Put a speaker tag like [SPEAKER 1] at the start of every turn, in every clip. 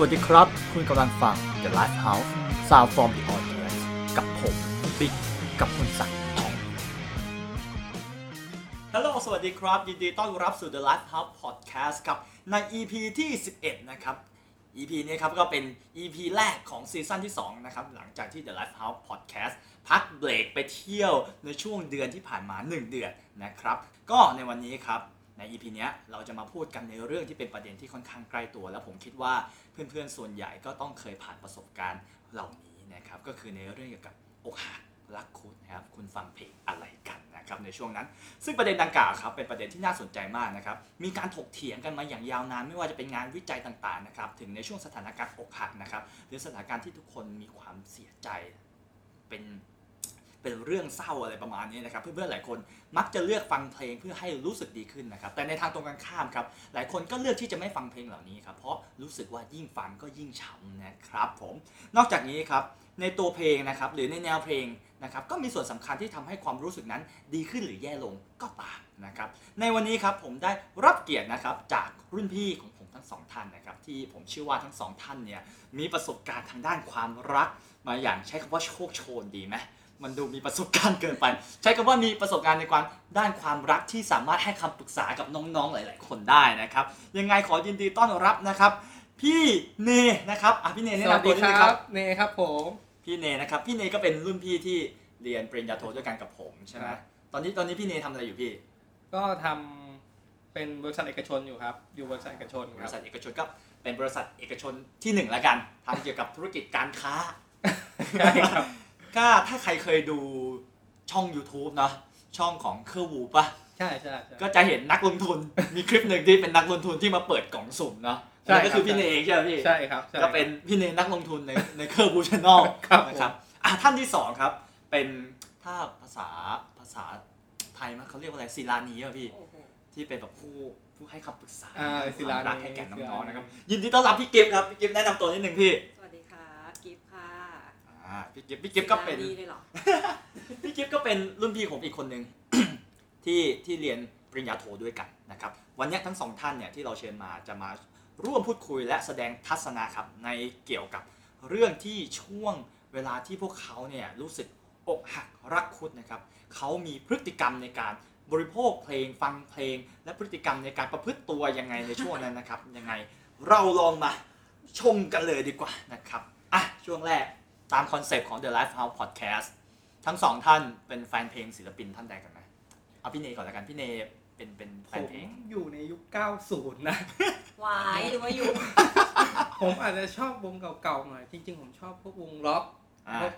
[SPEAKER 1] วัสดีครับ คุณกำลังฟัง The Life House Sound from the Audience กับผมบิ๊กกับคุณศักดิ์ทองฮัลโหลสวัสดีครับ ยินดีต้อนรับสู่ The Life House Podcast ครับใน EP ที่ 11 นะครับ EP นี้ครับก็เป็น EP แรกของซีซั่นที่ 2 นะครับ หลังจากที่ The Life House Podcast พักเบรกไปเที่ยวในช่วงเดือนที่ผ่านมา 1 เดือนนะครับ ก็ในวันนี้ครับ ใน EP เนี้ยเราจะมาพูดกันในเรื่องที่เป็นประเด็นที่ค่อนข้างใกล้ตัว และผมคิดว่าเพื่อนๆ ส่วนใหญ่ก็ต้องเคยผ่านประสบการณ์เหล่านี้นะครับก็คือในเรื่องเกี่ยวกับอกหักรักคุณนะครับคุณฟังเพลงอะไรกันนะครับในช่วงนั้น ซึ่งประเด็นดังกล่าวครับเป็นประเด็นที่น่าสนใจมากนะครับมีการถกเถียงกันมาอย่างยาวนานไม่ว่าจะเป็นงานวิจัยต่างๆนะครับถึงในช่วงสถานการณ์อกหักนะครับหรือสถานการณ์ที่ทุกคนมีความเสียใจเป็น เป็นเรื่องเศร้าอะไรประมาณนี้นะครับ เพื่อนๆหลายคนมักจะเลือกฟังเพลงเพื่อให้รู้สึกดีขึ้นนะครับ แต่ในทางตรงกันข้ามครับ หลายคนก็เลือกที่จะไม่ฟังเพลงเหล่านี้ครับ เพราะรู้สึกว่ายิ่งฟังก็ยิ่งช้ำนะครับผม นอกจากนี้ครับในตัวเพลงนะครับหรือในแนวเพลงนะครับก็มีส่วนสำคัญที่ทำให้ความรู้สึกนั้นดีขึ้นหรือแย่ลงก็ตามนะครับ ในวันนี้ครับผมได้รับเกียรตินะครับจากรุ่นพี่ของผมทั้งสองท่านนะครับที่ผมเชื่อว่าทั้งสองท่านเนี่ยมีประสบการณ์ทางด้านความรัก มาอย่างใช้คำว่าโชคโชนดีไหม มันดูมีประสบการณ์เกินไป ใช้คำว่ามีประสบการณ์ในความด้านความรักที่สามารถให้คำปรึกษากับน้องๆหลาย ๆ คนได้นะครับ ยังไงขอยินดีต้อนรับนะครับ พี่เนนะครับอ่ะพี่เน
[SPEAKER 2] ส
[SPEAKER 1] แนะ
[SPEAKER 2] วัส
[SPEAKER 1] นำตั
[SPEAKER 2] ดี
[SPEAKER 1] วนิด
[SPEAKER 2] ค
[SPEAKER 1] นึง
[SPEAKER 2] รั
[SPEAKER 1] ครับ บ
[SPEAKER 2] เนครับผม
[SPEAKER 1] พี่เนนะครับพี่เนก็เป็นรุ่นพี่ที่เรียนปริญญาโทด้วยกันกับผมใช่ไหม
[SPEAKER 2] ครับ
[SPEAKER 1] ตอนนี้ตอนนี้พี่เนทำอะไรอยู่พี่
[SPEAKER 2] ก็ทำเป็นบริษัทเอกชนอยู่ครับ อยู่บริษัทเอกชน
[SPEAKER 1] บ
[SPEAKER 2] ครั
[SPEAKER 1] ริ
[SPEAKER 2] บ
[SPEAKER 1] ษัทเอกชนก็เป็นบริษัทเอกชนที่หนึ่งแล้วกันทำเกี่ยวกับธุรกิจการค้า
[SPEAKER 2] ใช่ครับ
[SPEAKER 1] ก็ถ้าใครเคยดูช่อง YouTube เนาะช่องของเคอร์วูปะ
[SPEAKER 2] ใช่ใช่ใช่
[SPEAKER 1] ก็จะเห็นนักลงทุน มีคลิปหนึ่งที่เป็นนักลงทุนที่มาเปิดกล่องสุ่มเนาะ
[SPEAKER 2] ใช่
[SPEAKER 1] นั่นก็คือ
[SPEAKER 2] ครับ
[SPEAKER 1] พี่เนเองใช่ไหมพี่
[SPEAKER 2] ใช่ครับใช่
[SPEAKER 1] ก็เป็นพี่เนนักลงทุนในในเคอร์บูชแนล
[SPEAKER 2] ครับผม
[SPEAKER 1] นะครับอ่ะท่านที่สองครับ เป็นถ้าภาษาภาษาไทยมันเขาเรียกว่าอะไรศิลานีอ่ะพี่ ที่เป็นแบบผู้ผู้ให้คำปรึกษา
[SPEAKER 2] อ่าศิลานี
[SPEAKER 1] รักให้แก่น้องๆนะครับ
[SPEAKER 2] ศิลานี
[SPEAKER 1] ยินดีต้อนรับพี่กิฟต์ครับพี่กิฟต์แนะนำตัวนิดหนึ่งพี่
[SPEAKER 3] สวัสดีค่ะกิฟต์ค่ะ
[SPEAKER 1] อ่าพี่กิฟต์พี่กิฟต์ก็เป็น
[SPEAKER 3] ศิลาดีเลยเหรอ
[SPEAKER 1] พี่กิฟก็เป็นรุ่นพี่ผมอีกคนหนึ่ง ที่ที่เรียนปริญญาโทด้วยกันนะครับ วันเนี้ยทั้งสองท่านเนี่ยที่เราเชิญมาจะมาร่วมพูดคุยและแสดงทัศนะครับในเกี่ยวกับเรื่องที่ช่วงเวลาที่พวกเขาเนี่ยรู้สึกอกหักรักคุดนะครับเขามีพฤติกรรมในการบริโภคเพลงฟังเพลง และพฤติกรรมในการประพฤติตัวยังไงในช่วงนั้นนะครับยังไงเราลองมาชมกันเลยดีกว่านะครับอ่ะช่วงแรกตามคอนเซปต์ของ The Life House Podcast ทั้งสองท่านเป็นแฟนเพลงศิลปินท่านใดกันไหมเอาพี่เนก่อนละกันพี่เนเป็นเป็นแฟ
[SPEAKER 2] ผ
[SPEAKER 1] น
[SPEAKER 2] ม
[SPEAKER 1] เพลง
[SPEAKER 2] อยู่ในยุค 90 นะ
[SPEAKER 3] วายหรือว่ายุง
[SPEAKER 2] ผมอาจจะชอบวงเก่าๆหน่อย จริง ๆ ผมชอบพวกวงล็อก
[SPEAKER 1] อ่า
[SPEAKER 2] พวก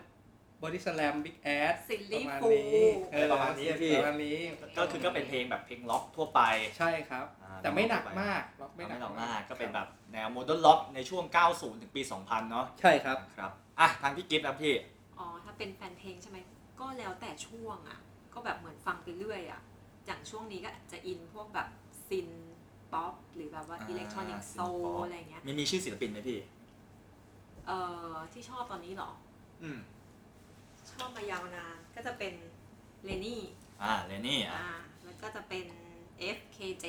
[SPEAKER 2] บอดี้สแลมบิ๊กแอด
[SPEAKER 3] ซิล
[SPEAKER 2] ป
[SPEAKER 3] ลี่
[SPEAKER 2] ระมาณ
[SPEAKER 3] ฟู
[SPEAKER 2] นี้เออ
[SPEAKER 1] ประมาณนี้อะพี่
[SPEAKER 2] ประมาณนี้
[SPEAKER 1] ก็คือก็เป็นเพลงแบบเพลงล็อกทั่วไป
[SPEAKER 2] ใช่ครับ
[SPEAKER 1] อ่า
[SPEAKER 2] แต่ไม่หนัก
[SPEAKER 1] ทั่วป
[SPEAKER 2] มากล็อกไม่
[SPEAKER 1] ไม่
[SPEAKER 2] หนั
[SPEAKER 1] ห
[SPEAKER 2] ก
[SPEAKER 1] นักมากก็เป็นแบบแนวโมเดิร์นล็อกในช่วง 90 ถึงปี 2000 เนาะ
[SPEAKER 2] ใช่ครับ
[SPEAKER 1] ครับอ่ะทางพี่กิฟต์นะพี่
[SPEAKER 3] อ๋อถ้าเป็นแฟนเพลงใช่ไหมก็แล้วแต่ช่วงอ่ะ ก็แบบเหมือนฟังไปเรื่อยอ่ะอย่างช่วงนี้ก็อาจจะอินพวกแบบซินป๊อปหรือแบบว่าอิเล็กทรอนิกส์โซอะไรเงี้ย
[SPEAKER 1] มีมีชื่อศิลปินไหมพี่
[SPEAKER 3] เอ่อที่ชอบตอนนี้เหรอ
[SPEAKER 1] อืม
[SPEAKER 3] ชอบมายาวนานก็จะเป็นเลนี่
[SPEAKER 1] อ่าเลนี่อ่ะ
[SPEAKER 3] อ่าแล้วก็จะเป็น FKJ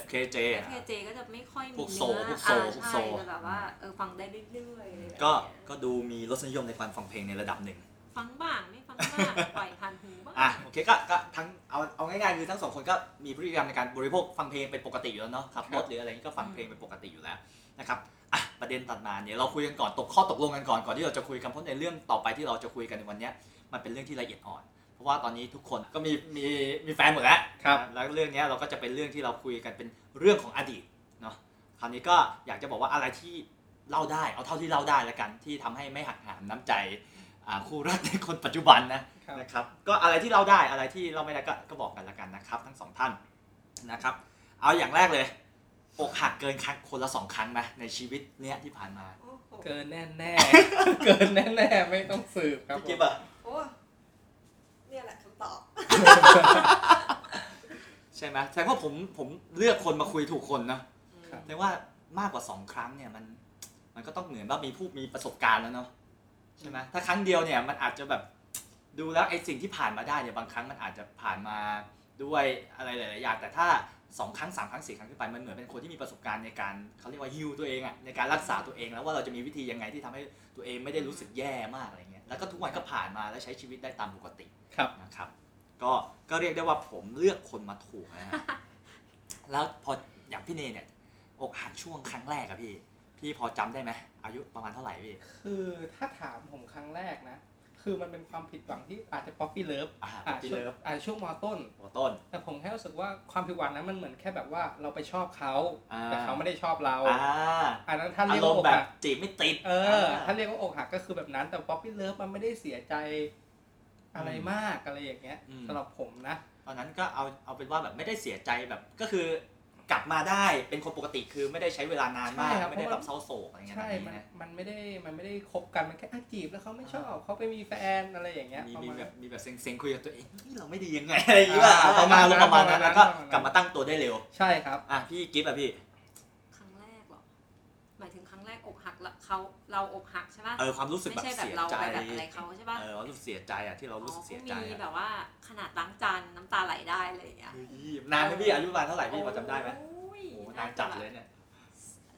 [SPEAKER 1] FKJ อ่ะ
[SPEAKER 3] FKJ ก็จะไม่ค่อยมี
[SPEAKER 1] พวก
[SPEAKER 3] เนื้
[SPEAKER 1] โซลพวกโซล
[SPEAKER 3] อ่า
[SPEAKER 1] พวกโซ
[SPEAKER 3] ใช่
[SPEAKER 1] ล
[SPEAKER 3] แต่แบบว่าเออฟังได้เรื่อยๆอะไรแบบเนี้ย
[SPEAKER 1] ก็ก็ดูมีรสนิยมในการฟังเพลงในระดับหนึ่ง
[SPEAKER 3] ฟังบ้างไม่ฟังบ้าง ปล่อยผ่านหูบ้าง
[SPEAKER 1] อ่ะโอเคก็ก็ทั้งเอาเอาง่ายๆคือทั้งสองคนก็มีพฤติกรรมในการบริโภคฟังเพลงเป็นปกติอยู่แล้วเนาะครับรถหรืออะไรนี้ก็ฟังเพลงเป็นปกติอยู่แล้วนะครับอ่ะประเด็นตัดมาเนี่ยเราคุยกันก่อนตกข้อตกลงกันก่อนก่อนที่เราจะคุยกันเพราะในเรื่องต่อไปที่เราจะคุยกันในวันเนี้ยมันเป็นเรื่องที่ละเอียดอ่อน เพราะว่าตอนนี้ทุกคนก็มีมีมีแฟนหมดแล้ว
[SPEAKER 2] ครับ
[SPEAKER 1] นะแล้วเรื่องเนี้ยเราก็จะเป็นเรื่องที่เราคุยกันเป็นเรื่องของอดีตเนาะคราวนี้ก็อยากจะบอกว่าอะไรที่เล่าได้เอาเท่าที่เล่าได้แล้วกันที่ทำให้ไม่หักหามน้ำใจอ่าคู่รักในคนปัจจุบันนะ
[SPEAKER 2] ครับ
[SPEAKER 1] นะครับก็อะไรที่เราได้อะไรที่เราไม่ได้ก็ก็บอกกันละกันนะครับ ทั้งสองท่านนะครับ เอาอย่างแรกเลยอกหักเกินครั้งคนละสองครั้งไหมในชีวิตเนี้ยที่ผ่านมา
[SPEAKER 3] โอ้โห
[SPEAKER 2] เกินแน่แน่ๆ เกินแน่แน่ๆไม่ต้องสืบครับ
[SPEAKER 1] พี่กิฟต์อะ
[SPEAKER 3] โอ้เนี่ยแหละคำตอบ
[SPEAKER 1] ใช่ไหมแสดงว่าผมผมเลือกคนมาคุยถูกคนนะ
[SPEAKER 2] ครับ
[SPEAKER 1] แสดงว่ามากกว่าสองครั้งเนี่ยมันมันก็ต้องเหมือนว่ามีผู้มีประสบการณ์แล้วเนาะใช่ไหมถ้าครั้งเดียวเนี่ยมันอาจจะแบบดูแล้วไอ้สิ่งที่ผ่านมาได้เนี่ยบางครั้งมันอาจจะผ่านมาด้วยอะไรหลายๆอย่างแต่ถ้า สองครั้งสามครั้งสี่ครั้งขึ้นไปมันเหมือนเป็นคนที่มีประสบการณ์ในการเขาเรียกว่าฮิวตัวเองอะในการรักษาตัวเองแล้วว่าเราจะมีวิธียังไงที่ทำให้ตัวเองไม่ได้รู้สึกแย่มากอะไรเงี้ยแล้วก็ทุกวันก็ผ่านมาแล้วใช้ชีวิตได้ตามปกติ
[SPEAKER 2] ครับ
[SPEAKER 1] นะครับ ก็ก็เรียกได้ว่าผมเลือกคนมาถูกนะ ฮะ แล้วพออย่างพี่เนยเนี่ยอกหักช่วงครั้งแรกอะพี่ พี่พอจำได้ไหมอายุประมาณเท่าไหร่พี่
[SPEAKER 2] คือถ้าถามผมครั้งแรกนะ คือมันเป็นความผิดหวังที่อาจจะป๊อปปี้เลิฟ
[SPEAKER 1] อ่า
[SPEAKER 2] อาจ
[SPEAKER 1] พี่
[SPEAKER 2] จะ
[SPEAKER 1] เลิฟ
[SPEAKER 2] อาจจะช่วงมต้น
[SPEAKER 1] หัวต้น
[SPEAKER 2] แต่ผมแค่รู้สึกว่าความผิดหวังนั้นมันเหมือนแค่แบบว่าเราไปชอบเขา
[SPEAKER 1] อ่า
[SPEAKER 2] แต่เขาไม่ได้ชอบเรา
[SPEAKER 1] อ่า
[SPEAKER 2] อันนั้นถ้า
[SPEAKER 1] อา
[SPEAKER 2] เรียก
[SPEAKER 1] ร
[SPEAKER 2] ว่าม อ
[SPEAKER 1] ณ์
[SPEAKER 2] ก
[SPEAKER 1] แบ
[SPEAKER 2] หั
[SPEAKER 1] บ
[SPEAKER 2] ก
[SPEAKER 1] จีบไม่ติด
[SPEAKER 2] เออ
[SPEAKER 1] า
[SPEAKER 2] ถ้าเรียกว่าอกหักก็คือแบบนั้น แต่ป๊อปปี้เลิฟมันไม่ได้เสียใจอะไรมากอะไรอย่างเงี้ย
[SPEAKER 1] อืม
[SPEAKER 2] สำหรับผมนะ
[SPEAKER 1] ตอนนั้นก็เอาเอาเป็นว่าแบบไม่ได้เสียใจแบบก็คือกลับมาได้เป็นคนปกติคือไม่ได้ใช้เวลานานมาก
[SPEAKER 2] ใช่ครับ
[SPEAKER 1] ไม่ได้แบบเศร้าโศกอะไรเงี้ย
[SPEAKER 2] ใช่
[SPEAKER 1] แบบนี้
[SPEAKER 2] มัน
[SPEAKER 1] นะ
[SPEAKER 2] มันไม่ได้มันไม่ได้คบกันมันแค่อ่ะจีบแล้วเขาไม่ชอบเขาไปมีแฟนอะไรอย่างเงี้ย
[SPEAKER 1] มี
[SPEAKER 2] ประ
[SPEAKER 1] มี
[SPEAKER 2] มาณ
[SPEAKER 1] แบบมีแบบเซ็งๆคุยกับตัวเองนี่เราไม่ดียังไงอะไรอย่างเงี้ยว่า
[SPEAKER 2] อ่า
[SPEAKER 1] ประมาณนั้นป
[SPEAKER 2] ประ ระ
[SPEAKER 1] มา
[SPEAKER 2] มา
[SPEAKER 1] ณ
[SPEAKER 2] ณนั้
[SPEAKER 1] นั้น
[SPEAKER 2] น
[SPEAKER 1] แล้วก็
[SPEAKER 2] ประมาณนั้น
[SPEAKER 1] กลับมาตั้งตัวได้เร็ว
[SPEAKER 2] ใช่ครับ
[SPEAKER 1] อ่ะพี่กิฟต์อ่ะพี่
[SPEAKER 3] ครั้งแรกเหรอหมายถึงครั้งแรกอกหักละเขาเราอกหักใช่ปะ
[SPEAKER 1] เออความรู้สึก
[SPEAKER 3] ไม่
[SPEAKER 1] แบบ
[SPEAKER 3] ใช่แบบ
[SPEAKER 1] เสีย
[SPEAKER 3] เรา
[SPEAKER 1] ใจ
[SPEAKER 3] ไปแบบอะไรเขาใช่ปะ
[SPEAKER 1] เออความรู้สึกเสียใจอ่ะที่เรา
[SPEAKER 3] อ๋อ
[SPEAKER 1] รู้สึกเสียใจ
[SPEAKER 3] ก็มี
[SPEAKER 1] อะ
[SPEAKER 3] แบบว่าขนาดล้างจานน้ำตาไหลได้อะไรอย่างเงี้ย
[SPEAKER 1] เฮ้ยนานไหมพี่อายุประมาณเท่าไหร่พี่พอจำได้ไหม
[SPEAKER 3] โอ้ย
[SPEAKER 1] โอ้โหนานจัดเลยเนี่ย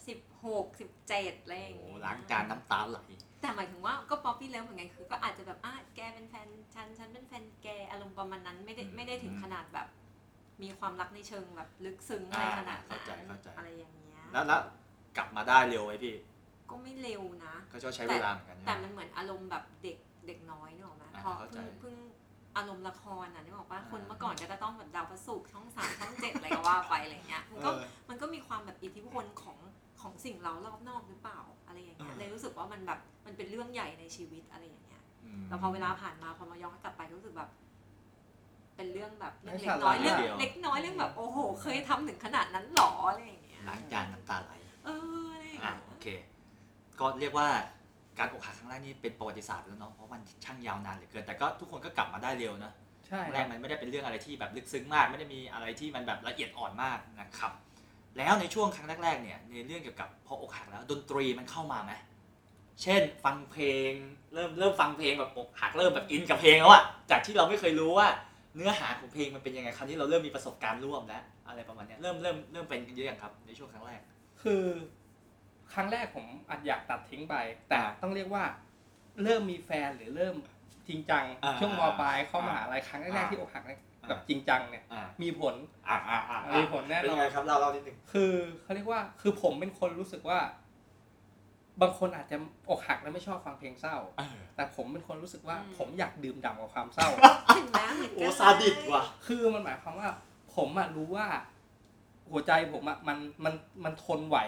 [SPEAKER 3] สิบหกสิบเจ็ดอะไรอ
[SPEAKER 1] โอ้
[SPEAKER 3] ย่าง
[SPEAKER 1] โห
[SPEAKER 3] เงี้ย
[SPEAKER 1] ล้างจานน้ำตาไหล
[SPEAKER 3] แต่หมายถึงว่าก็ป๊อปปี้เลิฟเหมือนกันคือก็อาจจะแบบอ่ะแกเป็นแฟนฉันฉันเป็นแฟนแกอารมณ์ประมาณนั้นไม่ได้
[SPEAKER 1] อืม
[SPEAKER 3] ไม่ได้ถึงขนาดแบบ มีความรักในเชิงแบบลึกซึ้งอะไร
[SPEAKER 1] อ่า
[SPEAKER 3] ขนาด
[SPEAKER 1] เข้าใจ
[SPEAKER 3] นั้น
[SPEAKER 1] เข้าใจ
[SPEAKER 3] อะไรอย่างเงี้ย
[SPEAKER 1] แล้วแล้วกลับมาได้เร็วไหมพี่
[SPEAKER 3] ก็ไม่เร็วนะ
[SPEAKER 1] ก็จะใช้เวลาเหมือนกัน
[SPEAKER 3] แต่
[SPEAKER 1] ใช่ไหม
[SPEAKER 3] มันเหมือนอารมณ์แบบเด็กเด็กน้อยเนกอะไหม
[SPEAKER 1] อ่า
[SPEAKER 3] พอ
[SPEAKER 1] เข้าใจ
[SPEAKER 3] เพิ่งเพิ่งอารมณ์ละครน่ะนึกออกป่ะ
[SPEAKER 1] อ่า
[SPEAKER 3] คนเมื่อก่อนก็จะต้องแบบดาวพระศุกร์ช่องสามช่องเจ็ดอะไรก็ว่าไปอะไรเงี้ยมันก็
[SPEAKER 1] เออ
[SPEAKER 3] มันก็มีความแบบอิทธิพลของของสิ่งเรารอบนอกหรือเปล่าอะไรอย่างเงี้ย
[SPEAKER 1] อ่า
[SPEAKER 3] เลยรู้สึกว่ามันแบบมันเป็นเรื่องใหญ่ในชีวิตอะไรอย่างเงี้ย
[SPEAKER 1] ม
[SPEAKER 3] แต่พอเวลาผ่านมาพอมาย้อนกลับไปรู้สึกแบบ เป็นเรื่องแบบเรื่อง
[SPEAKER 2] ไม่
[SPEAKER 3] เล็
[SPEAKER 2] สาก ระ
[SPEAKER 3] น้อยเรื่อง
[SPEAKER 1] เดียว
[SPEAKER 3] เล็กน้อยเรื่องแบบโอ้โห เคยทำถึงขนาดนั้นหรออะไรอย่างเงี้ย
[SPEAKER 1] ล้างจานน้ำตาไหล
[SPEAKER 3] เอออะไรอย่าง
[SPEAKER 1] อ่ะ
[SPEAKER 3] เงี้ย
[SPEAKER 1] โอเค ก็เรียกว่าการอกหักครั้งแรกนี่เป็นประวัติศาสตร์ไปแล้วเนาะ เพราะมันช่างยาวนานเหลือเกิน แต่ก็ทุกคนก็กลับมาได้เร็วนะ
[SPEAKER 2] ใช่
[SPEAKER 1] ครั้ง
[SPEAKER 2] ค
[SPEAKER 1] แร
[SPEAKER 2] รั
[SPEAKER 1] ก
[SPEAKER 2] บ
[SPEAKER 1] มันไม่ได้เป็นเรื่องอะไรที่แบบลึกซึ้งมาก ไม่ได้มีอะไรที่มันแบบละเอียดอ่อนมากนะครับ แล้วในช่วงครั้งแรกๆเนี่ยในเรื่องเกี่ยวกับพออกหักแล้ว ดนตรีมันเข้ามาไหมเช่น ฟังเพลง เริ่มเริ่มฟังเพลงแบบอกหักเริ่มแบบอินกับเพลงแล้วอะจากที่เราไม่เคยรู้ว่าเนื้อหาของเพลงมันเป็นยังไง คราวนี้เราเริ่มมีประสบการณ์ร่วมแล้วอะไรประมาณเนี้ยเริ่มเริ่มเริ่มเป็นกันเยอะอย่างครับในช่วงครั้งแรก
[SPEAKER 2] คือ ครั้งแรกผมอาจอยากตัดทิ้งไป แต่ต้องเรียกว่า เริ่มมีแฟนหรือเริ่มจริงจัง
[SPEAKER 1] อ่า
[SPEAKER 2] ช่วงมปลายเข้ามหาลัยครั้งแร
[SPEAKER 1] อ่าก
[SPEAKER 2] ๆที่อกหักเนี่ย
[SPEAKER 1] อ่า
[SPEAKER 2] แบบจริงจังเนี่ย
[SPEAKER 1] อ่า
[SPEAKER 2] มีผล
[SPEAKER 1] อ่าอ่าอ่า
[SPEAKER 2] มีผลแน่
[SPEAKER 1] เป็น
[SPEAKER 2] นอ
[SPEAKER 1] ไง
[SPEAKER 2] น
[SPEAKER 1] ครับเราเล่านิดนึง
[SPEAKER 2] คือเขาเรียกว่า คือผมเป็นคนรู้สึกว่า บางคนอาจจะอกหักแล้วไม่ชอบฟังเพลงเศร้า แต่ผมเป็นคนรู้สึกว่า ผมอยากดื่มด่ำกับความเศร้า
[SPEAKER 3] ถึงแล้วเหมือนกั
[SPEAKER 1] โอ้
[SPEAKER 3] น
[SPEAKER 1] ซาดิสว่ะ
[SPEAKER 2] คือมันหมายความว่า ผมอะรู้ว่า หัวใจผมอะมันมันมันทนไหว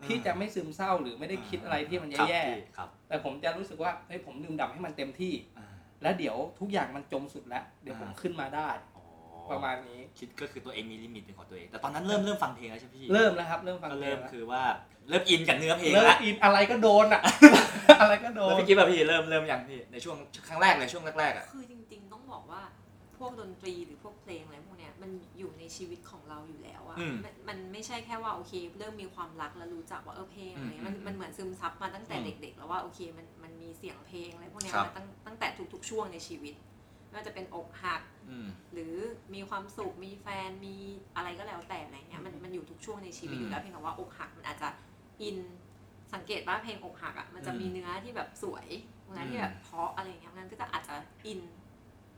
[SPEAKER 1] อืม
[SPEAKER 2] ที่จะไม่ซึมเศร้าหรือไม่ได้คิดอะไรที่มันแย่
[SPEAKER 1] ๆครับ
[SPEAKER 2] ๆแต่ผมจะรู้สึกว่าเฮ้ยผมดื่มด่ำให้มันเต็มที่
[SPEAKER 1] อ่า
[SPEAKER 2] แล้วเดี๋ยวทุกอย่างมันจมสุดแล้ว เดี๋ยวผม
[SPEAKER 1] อ่า
[SPEAKER 2] ขึ้นมาได้
[SPEAKER 1] อ๋อ
[SPEAKER 2] ประมาณนี้
[SPEAKER 1] คิดก็คือตัวเองมีลิมิตเป็นของตัวเอง แต่ตอนนั้นเริ่มเริ่มฟังเพลงแล้วใช่ไหมพี่
[SPEAKER 2] เริ่มแล้วครับ เริ่มฟัง
[SPEAKER 1] ก็
[SPEAKER 2] เพล
[SPEAKER 1] เริ่
[SPEAKER 2] ง
[SPEAKER 1] ม
[SPEAKER 2] แล้ว
[SPEAKER 1] คือว่าเริ่มอินกับเนื้อเพลง
[SPEAKER 2] เริ่ม
[SPEAKER 1] แล้ว
[SPEAKER 2] อินอะไรก็โดน อะ อะไรก็โด
[SPEAKER 1] แล้ว
[SPEAKER 2] น
[SPEAKER 1] พี่กิ๊บอะพี่เริ่มเริ่มยังพี่ในช่วงครั้งแรกเลยช่วงแรกๆอ่ะ
[SPEAKER 3] คือจริง ๆ ต้องบอกว่า พวกดนตรีหรือพวกเพลงอะไรพวกเนี้ยมันอยู่ในชีวิตของเราอยู่แล้วอะ
[SPEAKER 1] อืม
[SPEAKER 3] มันมันไม่ใช่แค่ว่าโอเค เริ่มมีความรักแล้วรู้จักว่าเออเพลงอะไรเงี้ยมัน
[SPEAKER 1] อืม
[SPEAKER 3] มันเหมือนซึมซับมาตั้งแต่
[SPEAKER 1] อืม
[SPEAKER 3] เด็ก ๆ แล้วว่าโอเคมันมันมีเสียงเพลงอะไรพวกเนี้ย
[SPEAKER 1] ครับ
[SPEAKER 3] มาตั้งตั้งแต่ทุกๆช่วงในชีวิตไม่ว่าจะเป็นอกหัก
[SPEAKER 1] อืม
[SPEAKER 3] หรือมีความสุขมีแฟนมีอะไรก็แล้วแต่อะไรเงี้ยมันมันอยู่ทุกช่วงในชีวิต
[SPEAKER 1] อืม
[SPEAKER 3] อยู่แล้วเพียงแต่ว่าอกหักมันอาจจะอินสังเกตว่าเพลงอกหักอ่ะมันจะ
[SPEAKER 1] อืม
[SPEAKER 3] มีเนื้อที่แบบสวยเนื้อที่แบบเพราะอะไรเงี้ยงั้นก็จะอาจจะอิน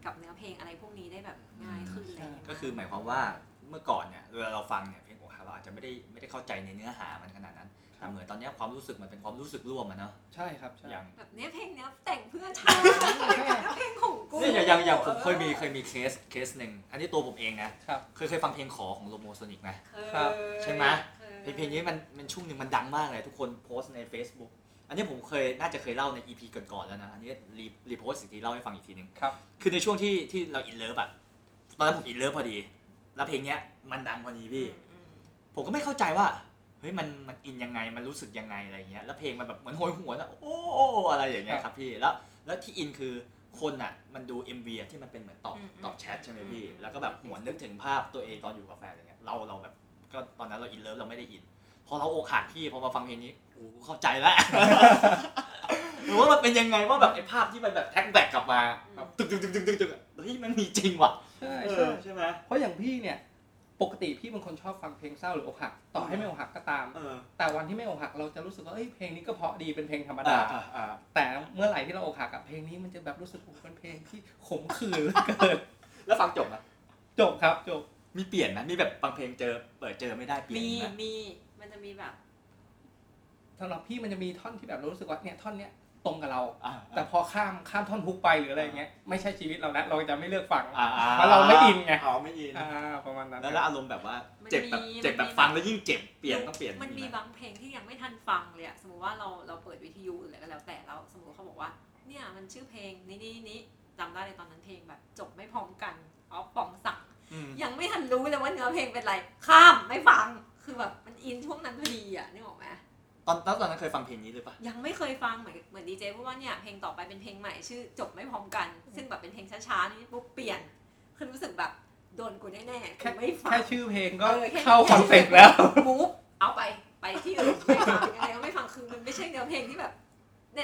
[SPEAKER 3] กับเนื้อเพลงอะไรพวกนี้ได้แบบง่ายขึ้น
[SPEAKER 1] อืม
[SPEAKER 3] อะไรเงี้ย
[SPEAKER 1] ก็คือหมายความว่าเมื่อก่อนเนี่ยเวลาเราฟังเนี่ยเพลงอกหักเราอาจจะไม่ได้ไม่ได้เข้าใจในเนื้อหามันขนาดนั้น
[SPEAKER 2] ครั
[SPEAKER 1] แต่
[SPEAKER 2] บ
[SPEAKER 1] เหมือนตอนเนี้ยความรู้สึกมันเป็นความรู้สึกร่วมอะเนาะ
[SPEAKER 2] ใช่ครับใช่
[SPEAKER 1] อย่าง
[SPEAKER 3] แบบเนี้ยเพลงเนี้ยแต่งเพื่อฉันเพลงของกู
[SPEAKER 1] เนี่ยอย่างอย่างผมเคยมีเคยมีเคสเคสหนึ่งอันนี้ตัวผมเองนะครับ เคยเคยฟังเพลงขอของโลโมโซนิกไหม
[SPEAKER 3] เคย
[SPEAKER 2] ครับ
[SPEAKER 1] ใช่ไหม
[SPEAKER 3] เค
[SPEAKER 1] เพ
[SPEAKER 3] ย
[SPEAKER 1] ลงเพลงนี้มันมันช่วงหนึ่งมันดังมากเลย ทุกคนโพสต์ใน Facebook อันนี้ผมเคยน่าจะเคยเล่าใน EP ก่อนๆแล้วนะ อันนี้รีรีโพสต์อีกทีเล่าให้ฟังอีกทีหนึง
[SPEAKER 2] ครับ
[SPEAKER 1] คือในช่วงที่ที่เราอินเลิฟอะตอนนั้นผมอินเลิฟพอดี แล้วเพลงเนี้ยมันดังพอดีพี่ ผมก็ไม่เข้าใจว่าเฮ้ยมันมันอินยังไงมันรู้สึกยังไงอะไรเงี้ยแล้วเพลงมันแบบเหมือนโหยหวนอะโอ้อะไรอย่างเงี้ยครับพี่แล้วแล้วที่อินคือคนอะมันดู MV อะที่มันเป็นเหมือนตอบ
[SPEAKER 3] อืมอืม
[SPEAKER 1] ตอบแชทใช่ไหมพี่
[SPEAKER 3] อืม
[SPEAKER 1] แล้วก็แบบหวนนึกถึงภาพตัวเองตอนอยู่กับแฟนอะไรเงี้ยเราเราแบบก็ตอนนั้นเราอินเลิฟเราไม่ได้อิน พอเราอกหักพี่พอมาฟังเพลงนี้โอ้กูเข้าใจแล้ว หรือว่ามันเป็นยังไงว่าแบบไอ้ภาพที่มันแบบแท็กแบ็กกลับมาแบบตึกตึกตึกตึกตึกตึกอะเฮ้ยมันมีจริงว่ะ
[SPEAKER 2] ใช่
[SPEAKER 1] เอ
[SPEAKER 2] ใช่
[SPEAKER 1] อใช่ไหม
[SPEAKER 2] เพราะอย่างพี่เนี่ย ปกติพี่เป็นคนชอบฟังเพลงเศร้าหรืออกหัก ต่อให้ไม่อกหักก็ตาม
[SPEAKER 1] เออ
[SPEAKER 2] แต่วันที่ไม่อกหักเราจะรู้สึกว่าเอ้ยเพลงนี้ก็เพราะดีเป็นเพลงธรรม
[SPEAKER 1] อ่า
[SPEAKER 2] ดา
[SPEAKER 1] อ่าอ่า
[SPEAKER 2] แต่เมื่อไหร่ที่เราอกหักอะเพลงนี้มันจะแบบรู้สึกว่าเป็นเพลงที่ขมขื่นเหลือเกิน
[SPEAKER 1] แล้วฟังจบนะ
[SPEAKER 2] จบครับจบ
[SPEAKER 1] มีเปลี่ยนไหมมีแบบบางเพลงเจอเปิดเจอไม่ได้เปลี่ยน
[SPEAKER 3] มี
[SPEAKER 1] ไหม
[SPEAKER 3] มีมันจะมีแบบ
[SPEAKER 2] สำหรับพี่มันจะมีท่อนที่แบบรู้สึกว่าเนี่ยท่อนเนี้ยตรงกับเรา
[SPEAKER 1] อ่า
[SPEAKER 2] แต่พอข้ามข้ามท่อนฮุกไปหรืออะไรอย่างเงี้ยไม่ใช่ชีวิตเราแล้วเราจะไม่เลือกฟัง
[SPEAKER 1] อ่าอ่
[SPEAKER 2] เพราะเราไม่อินไง
[SPEAKER 1] อ๋อไม่อิน
[SPEAKER 2] อ่าประมาณนั้น
[SPEAKER 1] แล้วแล้วอารมณ์แบบว่า
[SPEAKER 3] มัน
[SPEAKER 1] เจ็บแบบ
[SPEAKER 3] มี
[SPEAKER 1] เจ็บแบ
[SPEAKER 3] มั
[SPEAKER 1] บ
[SPEAKER 3] นมี
[SPEAKER 1] ฟังแล้วยิ่งเจ็บเปลี่ยนต้องเปลี่ยน
[SPEAKER 3] มันมี
[SPEAKER 1] ไห
[SPEAKER 3] บางเพลงที่ยังไม่ทันฟังเลยอะสมมติว่าเราเราเปิดวิทยุหรืออะไรก็แล้วแต่แล้วสมมติเขาบอกว่า เนี่ยมันชื่อเพลงนี้นี้นี้จำได้เลยตอนนั้นเพลงแบบ จบไม่พร้อมกันอ๋อฟปองสักดิ์ยังไม่ทันรู้เลยว่าเนื้อเพลงเป็นไร ข้ามไม่ฟังคือแบบมันอินช่วงนั้นพอดีอะนึกออกไหม
[SPEAKER 1] ตอนตอนตอนนั้นเคยฟังเพลงนี้เลยปะ
[SPEAKER 3] ยังไม่เคยฟังเหมือนเหมือนดีเจพูดว่าเนี่ยเพลงต่อไปเป็นเพลงใหม่ชื่อจบไม่พร้อมกัน ซึ่งแบบเป็นเพลงช้าๆนี่ปุ๊บเปลี่ยนคือรู้สึกแบบโดนกูแน่ๆกู
[SPEAKER 2] แค่
[SPEAKER 3] ไม่ฟัง
[SPEAKER 2] แค่ชื่อเพลงก็
[SPEAKER 3] อแ
[SPEAKER 2] เข้าคอนเซ็ปต์แล้ว
[SPEAKER 3] มูฟเอาไปไปที่อื่นไม่ฟังยังไงก็ไม่ฟังคือมันไม่ใช่เนื้อเพลงที่แบบ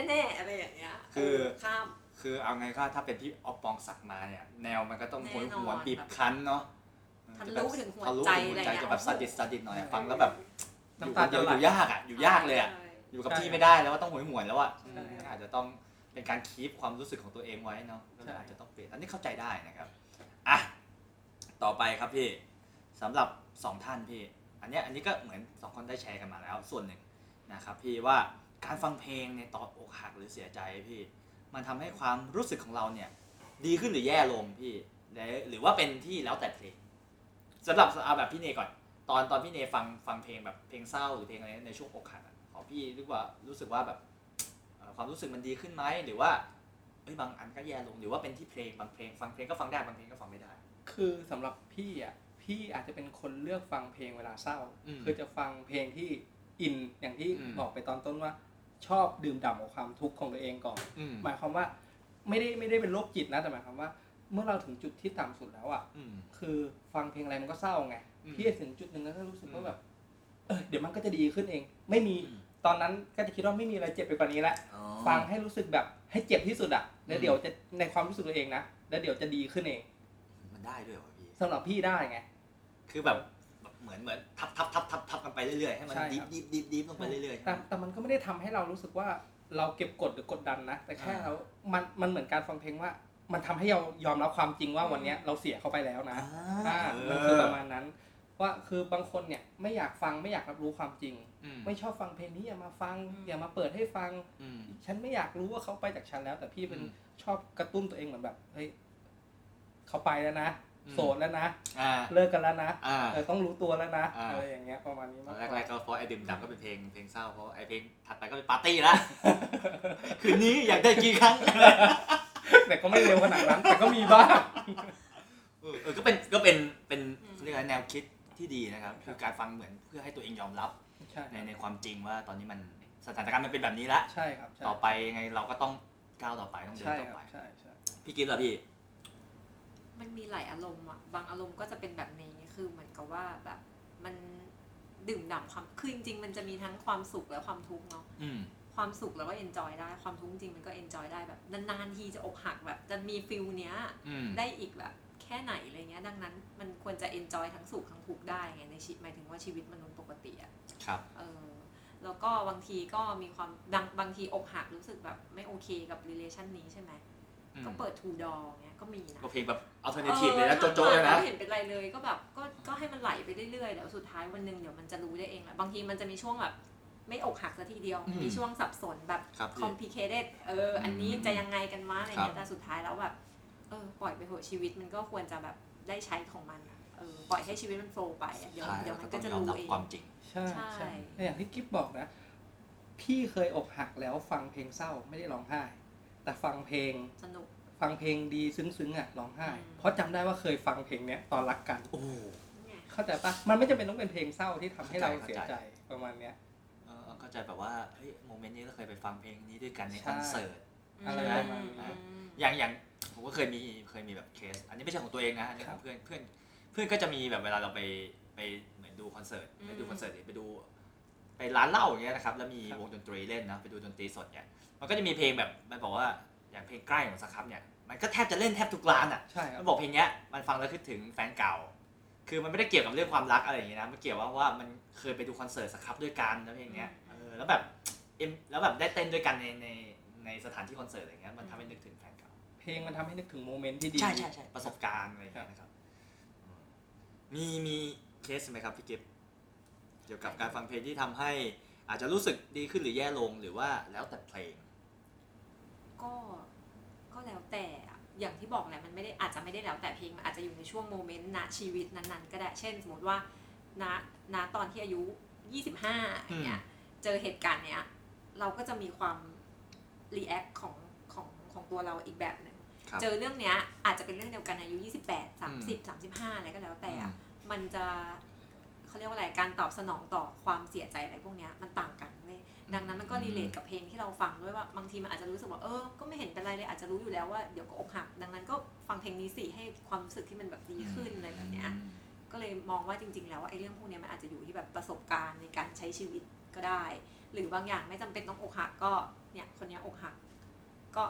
[SPEAKER 3] แน่ๆอะไรอย่างเงี้ยเข้าม
[SPEAKER 1] คือเอาไงก็ถ้าเป็นพี่ออฟปองศักดิ์มาเนี่ย แนวมันก็ต้องหวน
[SPEAKER 3] แน่นอน
[SPEAKER 1] หวนบีบคั้นเนาะ
[SPEAKER 3] ทะลุถึงหัวใจ
[SPEAKER 1] ทะลุถึงหัวใจ
[SPEAKER 3] เลยอะ
[SPEAKER 1] จะแบบซาดิสซาดิสหน่อยอะฟังแล้วแบบอยู่ค
[SPEAKER 2] น้ำตาน
[SPEAKER 1] เดียว
[SPEAKER 2] จะ
[SPEAKER 1] อ
[SPEAKER 2] ไหล
[SPEAKER 1] ยู่ยากอ่ะอยู่ยากเลยอ่ะ
[SPEAKER 3] ใช่
[SPEAKER 1] อยู่กับ
[SPEAKER 2] ใช่
[SPEAKER 1] ที่ไม่ได้แล้วว่าต้องหวยหวนแล้วอ่ะ
[SPEAKER 2] ใช่
[SPEAKER 1] อืมอาจจะต้องเป็นการคีปความรู้สึกของตัวเองไว้เนาะก็เลยอาจจะต้องเปลี่ยนอันนี้เข้าใจได้นะครับอ่ะต่อไปครับพี่สำหรับสองท่านพี่อันเนี้ยอันนี้ก็เหมือนสองคนได้แชร์กันมาแล้วส่วนหนึ่ง นะครับพี่ว่าการฟังเพลงในตอนอกหักหรือเสียใจพี่ มันทำให้ความรู้สึกของเราเนี่ย ดีขึ้นหรือแย่ลงพี่และหรือว่าเป็นที่แล้วแต่เพลงสำหรับเอาแบบพี่เนก่อน ตอนตอนพี่เนฟังฟังเพลงแบบเพลงเศร้าหรือเพลงอะไรในช่วงอกหักอะของพี่รู้ว่ารู้สึกว่าแบบเอ่อความรู้สึกมันดีขึ้นไหมหรือว่าเอ้ยบางอันก็แย่ลงหรือว่าเป็นที่เพลงบางเพลงฟังเพลงก็ฟังได้บางเพลงก็ฟังไม่ได้
[SPEAKER 2] คือสำหรับพี่อ่ะพี่อาจจะเป็นคนเลือกฟังเพลงเวลาเศร้า
[SPEAKER 1] อืม
[SPEAKER 2] คือจะฟังเพลงที่อินอย่างที่
[SPEAKER 1] อืม
[SPEAKER 2] บอกไปตอนต้นว่า ชอบดื่มด่ำกับความทุกข์ของตัวเองก่อน
[SPEAKER 1] อืม
[SPEAKER 2] หมายความว่าไม่ได้ไม่ได้เป็นโรคจิตนะแต่หมายความว่า เมื่อเราถึงจุดที่ต่ำสุดแล้วอ่ะ
[SPEAKER 1] อืม
[SPEAKER 2] คือฟังเพลงอะไรมันก็เศร้าไง
[SPEAKER 1] อืม
[SPEAKER 2] พี่ถึงจุดหนึ่งแล้วก็รู้สึกว่าแบบเออเดี๋ยวมันก็จะดีขึ้นเอง ไม่มี
[SPEAKER 1] อืม
[SPEAKER 2] ตอนนั้นก็จะคิดว่าไม่มีอะไรเจ็บไปกว่านี้ละ
[SPEAKER 1] อ๋อ
[SPEAKER 2] ฟังให้รู้สึกแบบให้เจ็บที่สุดอ่ะแล้
[SPEAKER 1] อื
[SPEAKER 2] ว
[SPEAKER 1] ม
[SPEAKER 2] เดี๋ยวจะในความรู้สึกตัวเองนะแล้วเดี๋ยวจะดีขึ้นเอง
[SPEAKER 1] มันได้ด้วยเหรอพี่
[SPEAKER 2] สำหรับพี่ได้ไง
[SPEAKER 1] คือแบบแบบเหมือนเหมือนทับทับทับทับทับกันไปเรื่อยๆให้มัน
[SPEAKER 2] ใช่
[SPEAKER 1] ดิฟ
[SPEAKER 2] ครับ
[SPEAKER 1] ดิฟดิฟดิฟลงไปเรื่อยๆ
[SPEAKER 2] แต่
[SPEAKER 1] ใช่ไหม
[SPEAKER 2] แต่มันก็ไม่ได้ทำให้เรารู้สึกว่าเราเก็บกดหรือกดดันนะแต่แค่
[SPEAKER 1] อ่า
[SPEAKER 2] เรามันมันเหมือนการฟังเพลงว่า มันทำให้เรายอมรับความจริงว่าวันเนี้ยเราเสียเขาไปแล้วนะ
[SPEAKER 1] า
[SPEAKER 2] อ่า
[SPEAKER 1] เ
[SPEAKER 2] มันคือประมาณนั้น ว่าคือบางคนเนี่ยไม่อยากฟังไม่อยากรับรู้ความจริง
[SPEAKER 1] อืม
[SPEAKER 2] ไม่ชอบฟังเพลงนี้อย่ามาฟัง
[SPEAKER 3] อืม
[SPEAKER 2] อย่ามาเปิดให้ฟัง
[SPEAKER 1] อืม
[SPEAKER 2] ฉันไม่อยากรู้ว่าเขาไปจากฉันแล้ว แต่พี่เป็น
[SPEAKER 1] อืม
[SPEAKER 2] ชอบกระตุ้นตัวเองเหมือนแบบเฮ้ยเขาไปแล้วนะ
[SPEAKER 1] อืม
[SPEAKER 2] โสดแล้วนะ
[SPEAKER 1] อ่า
[SPEAKER 2] เลิกกันแล้วนะ
[SPEAKER 1] อ่า
[SPEAKER 2] เออต้องรู้ตัวแล้วนะ
[SPEAKER 1] อ่า
[SPEAKER 2] อะไรอย่างเงี้ยประมาณนี้
[SPEAKER 1] ตอ
[SPEAKER 2] มาน ก
[SPEAKER 1] แร
[SPEAKER 2] ก
[SPEAKER 1] ก
[SPEAKER 2] ว่า
[SPEAKER 1] ๆก็เพราะไอ้ดื่มดับก็เป็นเพลงเพลงเศร้าเพราะไอ้เพลงถัดไปก็เป็นปาร์ตี้ละ คืนนี้อยากได้กี่ครั้ง
[SPEAKER 2] แต่ก็ไม่เร็วขนาดนั้น แต่ก็มีบ้าง
[SPEAKER 1] เออเออก็เป็นก็เป็นเป็น
[SPEAKER 3] อืม
[SPEAKER 1] เขาเรียกอะไรแนวคิดที่ดีนะครับ
[SPEAKER 2] ครับ
[SPEAKER 1] คือการฟังเหมือนเพื่อให้ตัวเองยอมรับ
[SPEAKER 2] ใช่
[SPEAKER 1] ในในความจริงว่าตอนนี้มันสถานการณ์มันเป็นแบบนี้ละ
[SPEAKER 2] ใช่ครับใช่
[SPEAKER 1] ต่อไปยังไงเราก็ต้องก้าวต่อไปต้องเดิน
[SPEAKER 2] ใช่
[SPEAKER 1] ต่อ
[SPEAKER 2] ครับ
[SPEAKER 1] ไป
[SPEAKER 2] ใช่ใช่
[SPEAKER 1] พี่กิฟต์เหรอพี่
[SPEAKER 3] มันมีหลายอารมณ์อ่ะ บางอารมณ์ก็จะเป็นแบบนี้คือเหมือนกับว่าแบบมันดื่มด่ำความคือจริงๆมันจะมีทั้งความสุขและความทุกข์เนาะ
[SPEAKER 1] อืม
[SPEAKER 3] ความสุขเราก็เอนจอยได้ความทุกข์จริงมันก็เอนจอยได้แบบนานๆทีจะอกหักแบบจะมีฟิลเนี้ย
[SPEAKER 1] อืม
[SPEAKER 3] ได้อีกแบบแค่ไหนอะไรเงี้ย ดังนั้นมันควรจะ enjoy ทั้งสุขทั้งทุกข์ได้ไงในชีวิตหมายถึงว่าชีวิตมนุษย์ปกติอะ
[SPEAKER 1] ครับ
[SPEAKER 3] เออแล้วก็บางทีก็มีความดังบางทีอกหักรู้สึกแบบไม่โอเคกับ relation นี้ใช่ไหม
[SPEAKER 1] อืม
[SPEAKER 3] ก็เปิดทูดอเงี้ยก็มีนะ
[SPEAKER 1] ก็เพลงแบบอัลเทอร์เนทีฟเลยนะโจ๊ะๆ
[SPEAKER 3] อ
[SPEAKER 1] เล
[SPEAKER 3] อย ถ้า
[SPEAKER 1] นะ
[SPEAKER 3] ไม่เห็นเป็นไรเลยก็แบบก็ก็ให้มันไหลไปเรื่อยๆเดี๋ยวสุดท้ายวันหนึ่งเดี๋ยวมันจะรู้ได้เองแหละบางทีมันจะมีช่วงแบบไม่อกหักซะทีเดียว
[SPEAKER 1] อืม
[SPEAKER 3] มีช่วงสับสนแบบ
[SPEAKER 1] ครับพี่
[SPEAKER 3] complicated เออ อันนี้
[SPEAKER 1] อืม
[SPEAKER 3] จะยังไงกันวะอะไร
[SPEAKER 1] ครั
[SPEAKER 3] เงี้
[SPEAKER 1] บ
[SPEAKER 3] ย แต่สุดท้ายแล้วแบบ เออ ปล่อยไปเถอะชีวิตมันก็ควรจะแบบได้ใช้ของมันอะเออ ปล่อยให้ชีวิตมันโฟล์ไปอะเดี๋ยว
[SPEAKER 1] ใช่
[SPEAKER 3] เดี๋ยวมัน
[SPEAKER 1] ก็
[SPEAKER 3] ก็
[SPEAKER 1] ต้
[SPEAKER 3] จะ
[SPEAKER 1] องยอม
[SPEAKER 3] รู้
[SPEAKER 1] รับ
[SPEAKER 3] เอง
[SPEAKER 1] ความจริง
[SPEAKER 2] ใช่
[SPEAKER 3] ใช่
[SPEAKER 2] ใช่อย่างที่กิฟบอกนะ พี่เคยอกหักแล้วฟังเพลงเศร้าไม่ได้ร้องไห้ แต่ฟังเพลง
[SPEAKER 3] สนุก
[SPEAKER 2] ฟังเพลงดีซึ้งๆอ่ะร้องไห้
[SPEAKER 3] อืม
[SPEAKER 2] เพราะจำได้ว่าเคยฟังเพลงเนี้ยตอนรักกัน
[SPEAKER 1] โอ้
[SPEAKER 3] เนี่ย
[SPEAKER 2] เข้าใจปะมันไม่จำเป็นต้องเป็นเพลงเศร้าที่ทำให้เรา
[SPEAKER 1] เข้าใจ
[SPEAKER 2] เสียใจประมาณเนี้ย
[SPEAKER 1] เออเข้าใจแบบว่าเฮ้ยโมเมนต์นี้เราเคยไปฟังเพลงนี้ด้วยกันในคอนเสิร์ต
[SPEAKER 2] อะไรประมาณนี้
[SPEAKER 1] อย่างอย่างผมก็เคยมีเคยมีแบบเคส อันนี้ไม่ใช่ของตัวเองนะอันนี้ของเพื่อนเพื่อนเพื่อนก็จะมีแบบเวลาเราไปไปเหมือนดูคอนเสิร์ต
[SPEAKER 3] อืม
[SPEAKER 1] ไปดูคอนเสิร์ตหรือไปดู ไปร้านเหล้าอย่างเงี้ยนะครับแล้วมี
[SPEAKER 2] ครับ
[SPEAKER 1] วงดนตรีเล่นนะไปดูดนตรีสดเนี่ยมันก็จะมีเพลงแบบมันบอกว่าอย่างเพลงใกล้ของสครับเนี่ยมันก็แทบจะเล่นแทบทุกร้านอ่ะ
[SPEAKER 2] ใช่ครั
[SPEAKER 1] มั
[SPEAKER 2] บ
[SPEAKER 1] นบอกเพลงเนี้ยมันฟังแล้วคิดถึงแฟนเก่า คือมันไม่ได้เกี่ยวกับเรื่องความรักอะไรอย่างเงี้ยนะมันเกี่ยวว่าว่ามันเคยไปดูคอนเสิร์ตสครับด้วยกันแล้วอย่างเงี้ยเออแล้วแบบเอ็มแล้วแบบได้เต้นด้วยกันในในในสถานที่คอนเสิร์ตอะไรเงี้ยมันทำให้นึกถึงแฟนเก่า
[SPEAKER 2] เพลงมันทำให้นึกถึงโมเมนต์ที่ดี
[SPEAKER 1] ใช่ใช่ใช่ประสบการณ์อะไรอย่างเงี้ยนะครับอืมมีมีเคสไหมครับพี่กิฟเกี่ยวกับการฟังเพลงที่ทำให้ อาจจะรู้สึกดีขึ้นหรือแย่ลงหรือว่าแล้วแต่เพลง
[SPEAKER 3] ก็ก็แล้วแต่อะอย่างที่บอกแหละมันไม่ได้อาจจะไม่ได้แล้วแต่เพลงมันอาจจะอยู่ในช่วงโมเมนต์ณชีวิตนั้นๆ ก็ได้เช่น สมมติว่าณณตอนที่อายุ 25อย่างเงี้ยเจอเหตุการณ์เนี้ยเราก็จะมีความรีแอคของของของตัวเราอีกแบบหนึ่ง
[SPEAKER 1] ครับ
[SPEAKER 3] เจอเรื่องเนี้ยอาจจะเป็นเรื่องเดียวกันอายุ 28 30 35 อะไรก็แล้วแต่อะมันจะเขาเรียกว่าอะไรการตอบสนองต่อความเสียใจอะไรพวกเนี้ยมันต่างกันเว้ย ดังนั้นมันก็รีเลทกับเพลงที่เราฟังด้วยว่าบางทีมันอาจจะรู้สึกว่าเออ ก็ไม่เห็นเป็นไรเลยอาจจะรู้อยู่แล้วว่าเดี๋ยวก็อกหัก ดังนั้นก็ฟังเพลงนี้สิให้ความรู้สึกที่มันแบบดีขึ้นอะไรแบบเนี้ย
[SPEAKER 1] อืม
[SPEAKER 3] ก็เลยมองว่าจริง ๆ แล้วว่าไอ้เรื่องพวกเนี้ยมันอาจจะอยู่ที่แบบประสบการณ์ในการใช้ชีวิตก็ได้ หรือบางอย่างไม่จำเป็นต้องอกหักก็เนี่ยคนเนี้ยอกหัก ก็